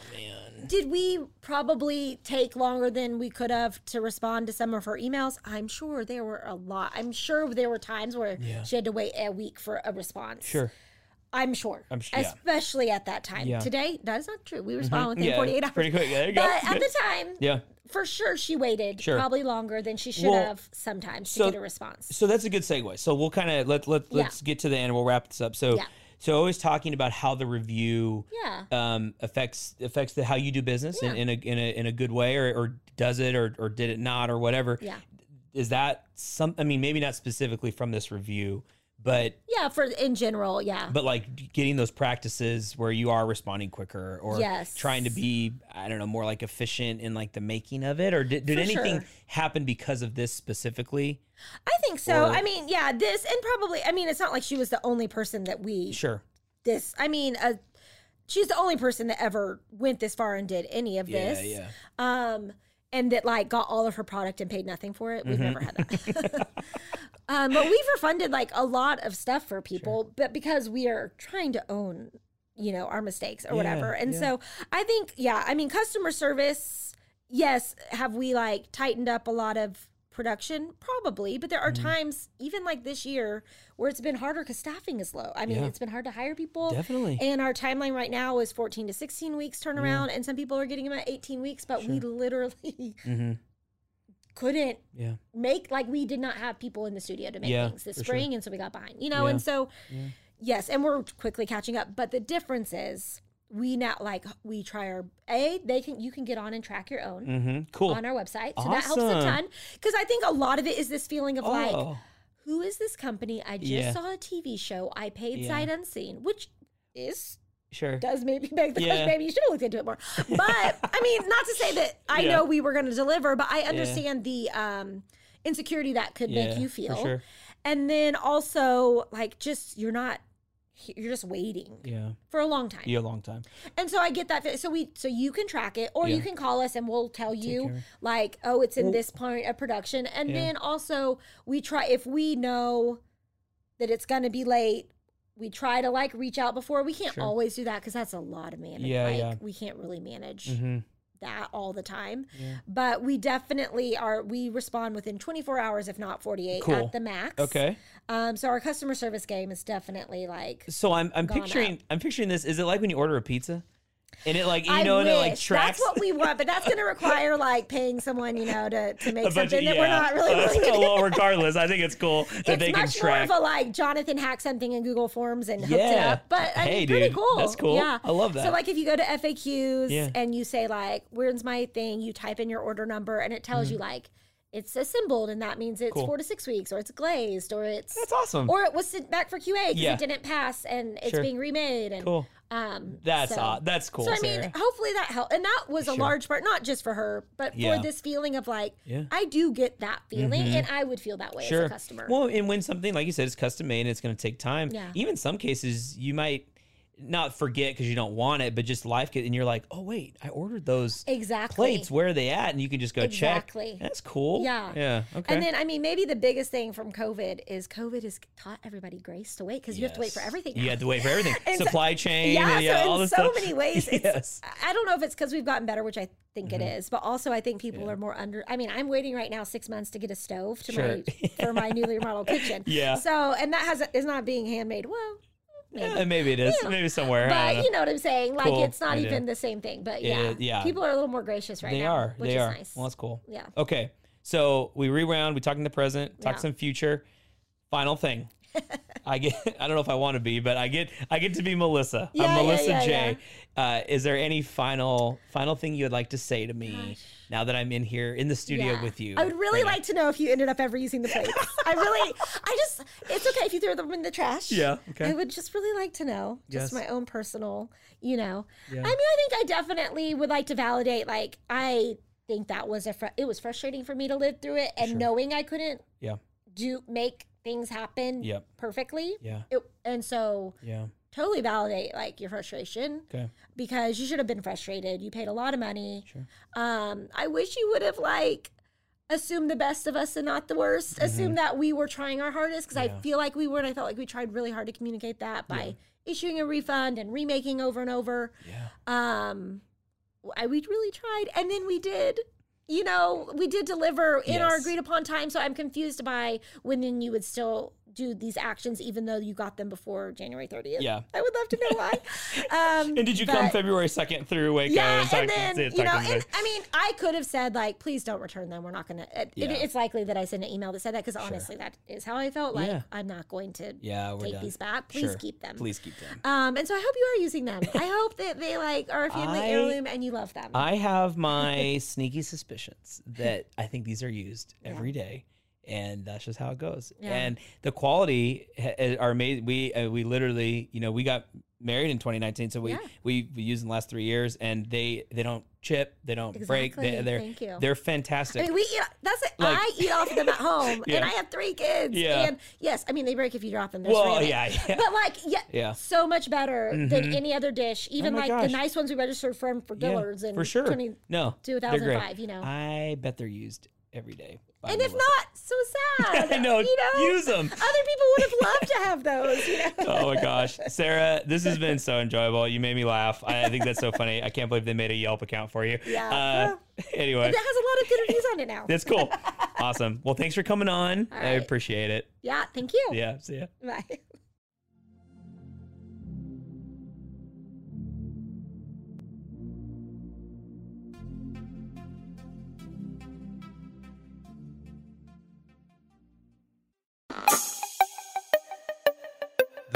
C: did we probably take longer than we could have to respond to some of her emails? I'm sure there were a lot. I'm sure there were times where she had to wait a week for a response.
B: Sure.
C: I'm sure.
B: I'm sure- yeah.
C: Especially at that time.
B: Yeah. Mm-hmm.
C: Today, that is not true. We respond within
B: Yeah,
C: 48 hours.
B: pretty quick. There you go.
C: But at the time,
B: Yeah.
C: for sure, she waited
B: Sure.
C: probably longer than she should
B: Well,
C: have sometimes
B: so-
C: to get a response.
B: So that's a good segue. So we'll kind of let let
C: Yeah.
B: let's get to the end. We'll wrap this up. So
C: Yeah.
B: so always talking about how the review
C: Yeah.
B: um, affects affects the how you do business in, in a in a in a good way or, or does it or or did it not or whatever.
C: Yeah.
B: Is that some? I mean, maybe not specifically from this review, but
C: Yeah, for in general, yeah.
B: but like getting those practices where you are responding quicker or
C: Yes.
B: trying to be i don't know more like efficient in like the making of it or did, did
C: For
B: anything
C: sure.
B: happen because of this specifically
C: I think so.
B: Or-
C: I mean, yeah, this and probably I mean, it's not like she was the only person that we
B: sure
C: this. I mean, uh, she's the only person that ever went this far and did any of this.
B: yeah
C: um, and that like got all of her product and paid nothing for it. We've never had that. um, but we've refunded like a lot of stuff for people, but because we are trying to own, you know, our mistakes or whatever. And so I think, yeah, I mean, customer service, yes, have we like tightened up a lot of production probably but there are times even like this year where it's been harder because staffing is low i mean
B: Yeah.
C: it's been hard to hire people
B: Definitely.
C: and our timeline right now is 14 to 16 weeks turnaround, and some people are getting them at 18 weeks, but we literally
B: mm-hmm.
C: couldn't
B: yeah
C: make, like, we did not have people in the studio to make
B: Yeah,
C: things this
B: for sure.
C: spring, and so we got behind, you know?
B: Yeah.
C: And so, yes, and we're quickly catching up, but the difference is we now, like, we try our, A, they can, you can get on and track your own.
B: mm-hmm. cool
C: On our website, so that helps a
B: Awesome.
C: ton. Because I think a lot of it is this feeling of like,
B: Oh,
C: who is this company? I just
B: Yeah.
C: saw a TV show. I paid
B: Yeah.
C: sight unseen, which is
B: sure
C: does maybe beg the
B: Yeah.
C: question. Maybe you should have looked into it more. But I mean, not to say that I
B: Yeah.
C: know we were going to deliver, but I understand the um, insecurity that could
B: Yeah,
C: make you
B: for
C: feel.
B: sure.
C: And then also, like, just you're not, you're just waiting
B: yeah
C: for a long time.
B: yeah a long time
C: And so I get that. fe- So we, so you can track it, or
B: Yeah.
C: you can call us, and we'll tell you
B: care.
C: like, oh, it's in
B: Well-
C: this point of production. And
B: Yeah.
C: then also we try if we know that it's going to be late, we try to like reach out before. We can't
B: Sure.
C: always do that because that's a lot of management.
B: Yeah,
C: like,
B: yeah.
C: We can't really manage
B: mm-hmm.
C: that all the time,
B: Yeah.
C: but we definitely are. We respond within 24 hours, if not 48,
B: Cool.
C: at the max.
B: okay
C: Um. So our customer service game is definitely like
B: so i'm, I'm
C: Gone
B: picturing i'm picturing this is it like when you order a pizza and it like you
C: I
B: know and it like
C: wish.
B: tracks
C: That's what we want, but that's going to require like paying someone, you know, to, to make
B: a bunch
C: something
B: of
C: that we're not really
B: Uh,
C: willing to do.
B: well regardless i think it's cool that
C: It's
B: they can
C: much
B: track
C: more of a like Jonathan hacked something in Google Forms and hooked it
B: Yeah.
C: up. But I
B: Hey,
C: mean, pretty
B: dude.
C: cool.
B: That's cool.
C: Yeah,
B: I love
C: So
B: that.
C: like, if you go to FAQs
B: Yeah.
C: and you say like, "Where's my thing?" You type in your order number, and it tells you like. It's assembled, and that means it's
B: Mm-hmm. Cool.
C: four to six weeks, or it's glazed, or it's
B: that's awesome
C: or it was sent back for QA because
B: Yeah.
C: it didn't pass, and it's
B: Sure.
C: being remade. And
B: cool
C: um,
B: that's
C: so-
B: aw- that's cool
C: so I
B: Sarah.
C: mean, hopefully that helped, and that was a
B: Sure.
C: large part, not just for her, but
B: Yeah.
C: for this feeling of like,
B: Yeah. Mm-hmm.
C: I do get that feeling, and I would feel that way as a customer.
B: Well, and when something like you said is custom made, and it's going to take time.
C: Yeah.
B: Even some cases, you might not forget because you don't want it, but just life get, and you're like, oh wait, I ordered those
C: Exactly.
B: plates. Where are they at? And you can just go
C: Exactly.
B: check. That's cool.
C: Yeah.
B: Yeah. Okay.
C: And then, I mean, maybe the biggest thing from COVID is COVID has taught everybody grace to wait because you have to wait for
B: Yes.
C: everything.
B: You
C: now.
B: have to wait for everything.
C: And so-
B: Supply chain.
C: Yeah,
B: and, yeah
C: so
B: all
C: in
B: this
C: so
B: stuff.
C: many ways, it's,
B: yes.
C: I don't know if it's because we've gotten better, which I think it
B: Mm-hmm.
C: is, but also I think people are more under. I mean, I'm waiting right now six months to get a stove to
B: Sure.
C: my for my newly remodeled kitchen.
B: Yeah.
C: So, and that has is not being handmade. Well, maybe.
B: Yeah, maybe it is.
C: Yeah.
B: Maybe somewhere. I
C: But
B: don't
C: you know what I'm saying? Like
B: Cool.
C: it's not
B: I do.
C: even the same thing. But
B: It
C: yeah,
B: is- yeah.
C: people are a little more gracious right
B: they
C: now.
B: are.
C: Which
B: they
C: is
B: are.
C: nice.
B: Well, that's cool.
C: Yeah.
B: Okay. So we rewound. We talked in the present. Talked
C: Yeah.
B: some future. Final thing. I get. I don't know if I want to be, but I get. I get to be Melissa.
C: Yeah, yeah,
B: I'm Melissa
C: yeah,
B: J. Uh, is there any final final thing you would like to say to me now that I'm in here in the studio
C: Yeah.
B: with you?
C: I would really
B: right now?
C: like to know if you ended up ever using the plates. I really, I just, it's okay if you throw them in the trash.
B: Yeah, okay.
C: I would just really like to know, just
B: Yes.
C: my own personal, you know.
B: Yeah.
C: I mean, I think I definitely would like to validate. Like, I think that was a, fr- it was frustrating for me to live through it, and knowing I couldn't
B: Yeah.
C: do make things happen
B: Yep.
C: perfectly.
B: Yeah.
C: It, and so,
B: Yeah.
C: totally validate like your frustration
B: Okay.
C: because you should have been frustrated. You paid a lot of money. Um, I wish you would have like assume the best of us and not the worst. Assume that we were trying our hardest because I feel like we were, and I felt like we tried really hard to communicate that by issuing a refund and remaking over and over.
B: Yeah.
C: Um, I, we really tried, and then we did. You know, we did deliver in our
B: Yes.
C: agreed upon time. So I'm confused by when then you would still do these actions, even though you got them before January 30th.
B: Yeah.
C: I would love to know why. Um,
B: And did you come
C: but-
B: February second through Waco?
C: yeah,
B: and talk
C: and then
B: to,
C: you know,
B: talk to
C: and,
B: them?
C: I mean, I could have said like, "Please don't return them. We're not gonna." It,
B: Yeah.
C: it's likely that I sent an email that said that because honestly, that is how I felt. Like,
B: Yeah.
C: I'm not going to
B: yeah, we're
C: take
B: done.
C: these back. Please
B: Sure.
C: keep them.
B: Please keep them.
C: Um, and so I hope you are using them. I hope that they like are a family
B: I-
C: heirloom and you love them.
B: I have my sneaky suspicions that I think these are used every day, and that's just how it goes.
C: Yeah.
B: And the quality ha- are amazing. We uh, we literally, you know, we got married in 2019, so we
C: Yeah.
B: we, we used in the last three years, and they they don't chip, they don't break. They,
C: Exactly.
B: they're
C: Thank you.
B: they're
C: I
B: fantastic.
C: mean, we eat. That's it.
B: Like-
C: I eat off of them at home,
B: Yeah.
C: and I have three kids.
B: Yeah.
C: And yes, I mean they break if you drop them. There's
B: well,
C: really-
B: yeah, yeah.
C: But like, yeah,
B: Yeah. Mm-hmm. Oh
C: so much better than any other dish. Even
B: my
C: like the
B: gosh.
C: nice ones we registered from for
B: Yeah,
C: Dillard's and
B: for sure.
C: 20
B: no, they're great.
C: 2005, you know.
B: I bet they're used every day. by
C: and if
B: Melissa.
C: not, so sad.
B: I know,
C: You know,
B: use them.
C: Other people would have loved to have those. You know?
B: Oh my gosh, Sarah, this has been so enjoyable. You made me laugh. I, I think that's so funny. I can't believe they made a Yelp account for you.
C: Yeah.
B: Uh, anyway,
C: That has a lot of good reviews on it now.
B: that's cool. Awesome. Well, thanks for coming on. I
C: right. Oh.
B: appreciate it.
C: Yeah, thank you.
B: Yeah. See ya.
C: Bye.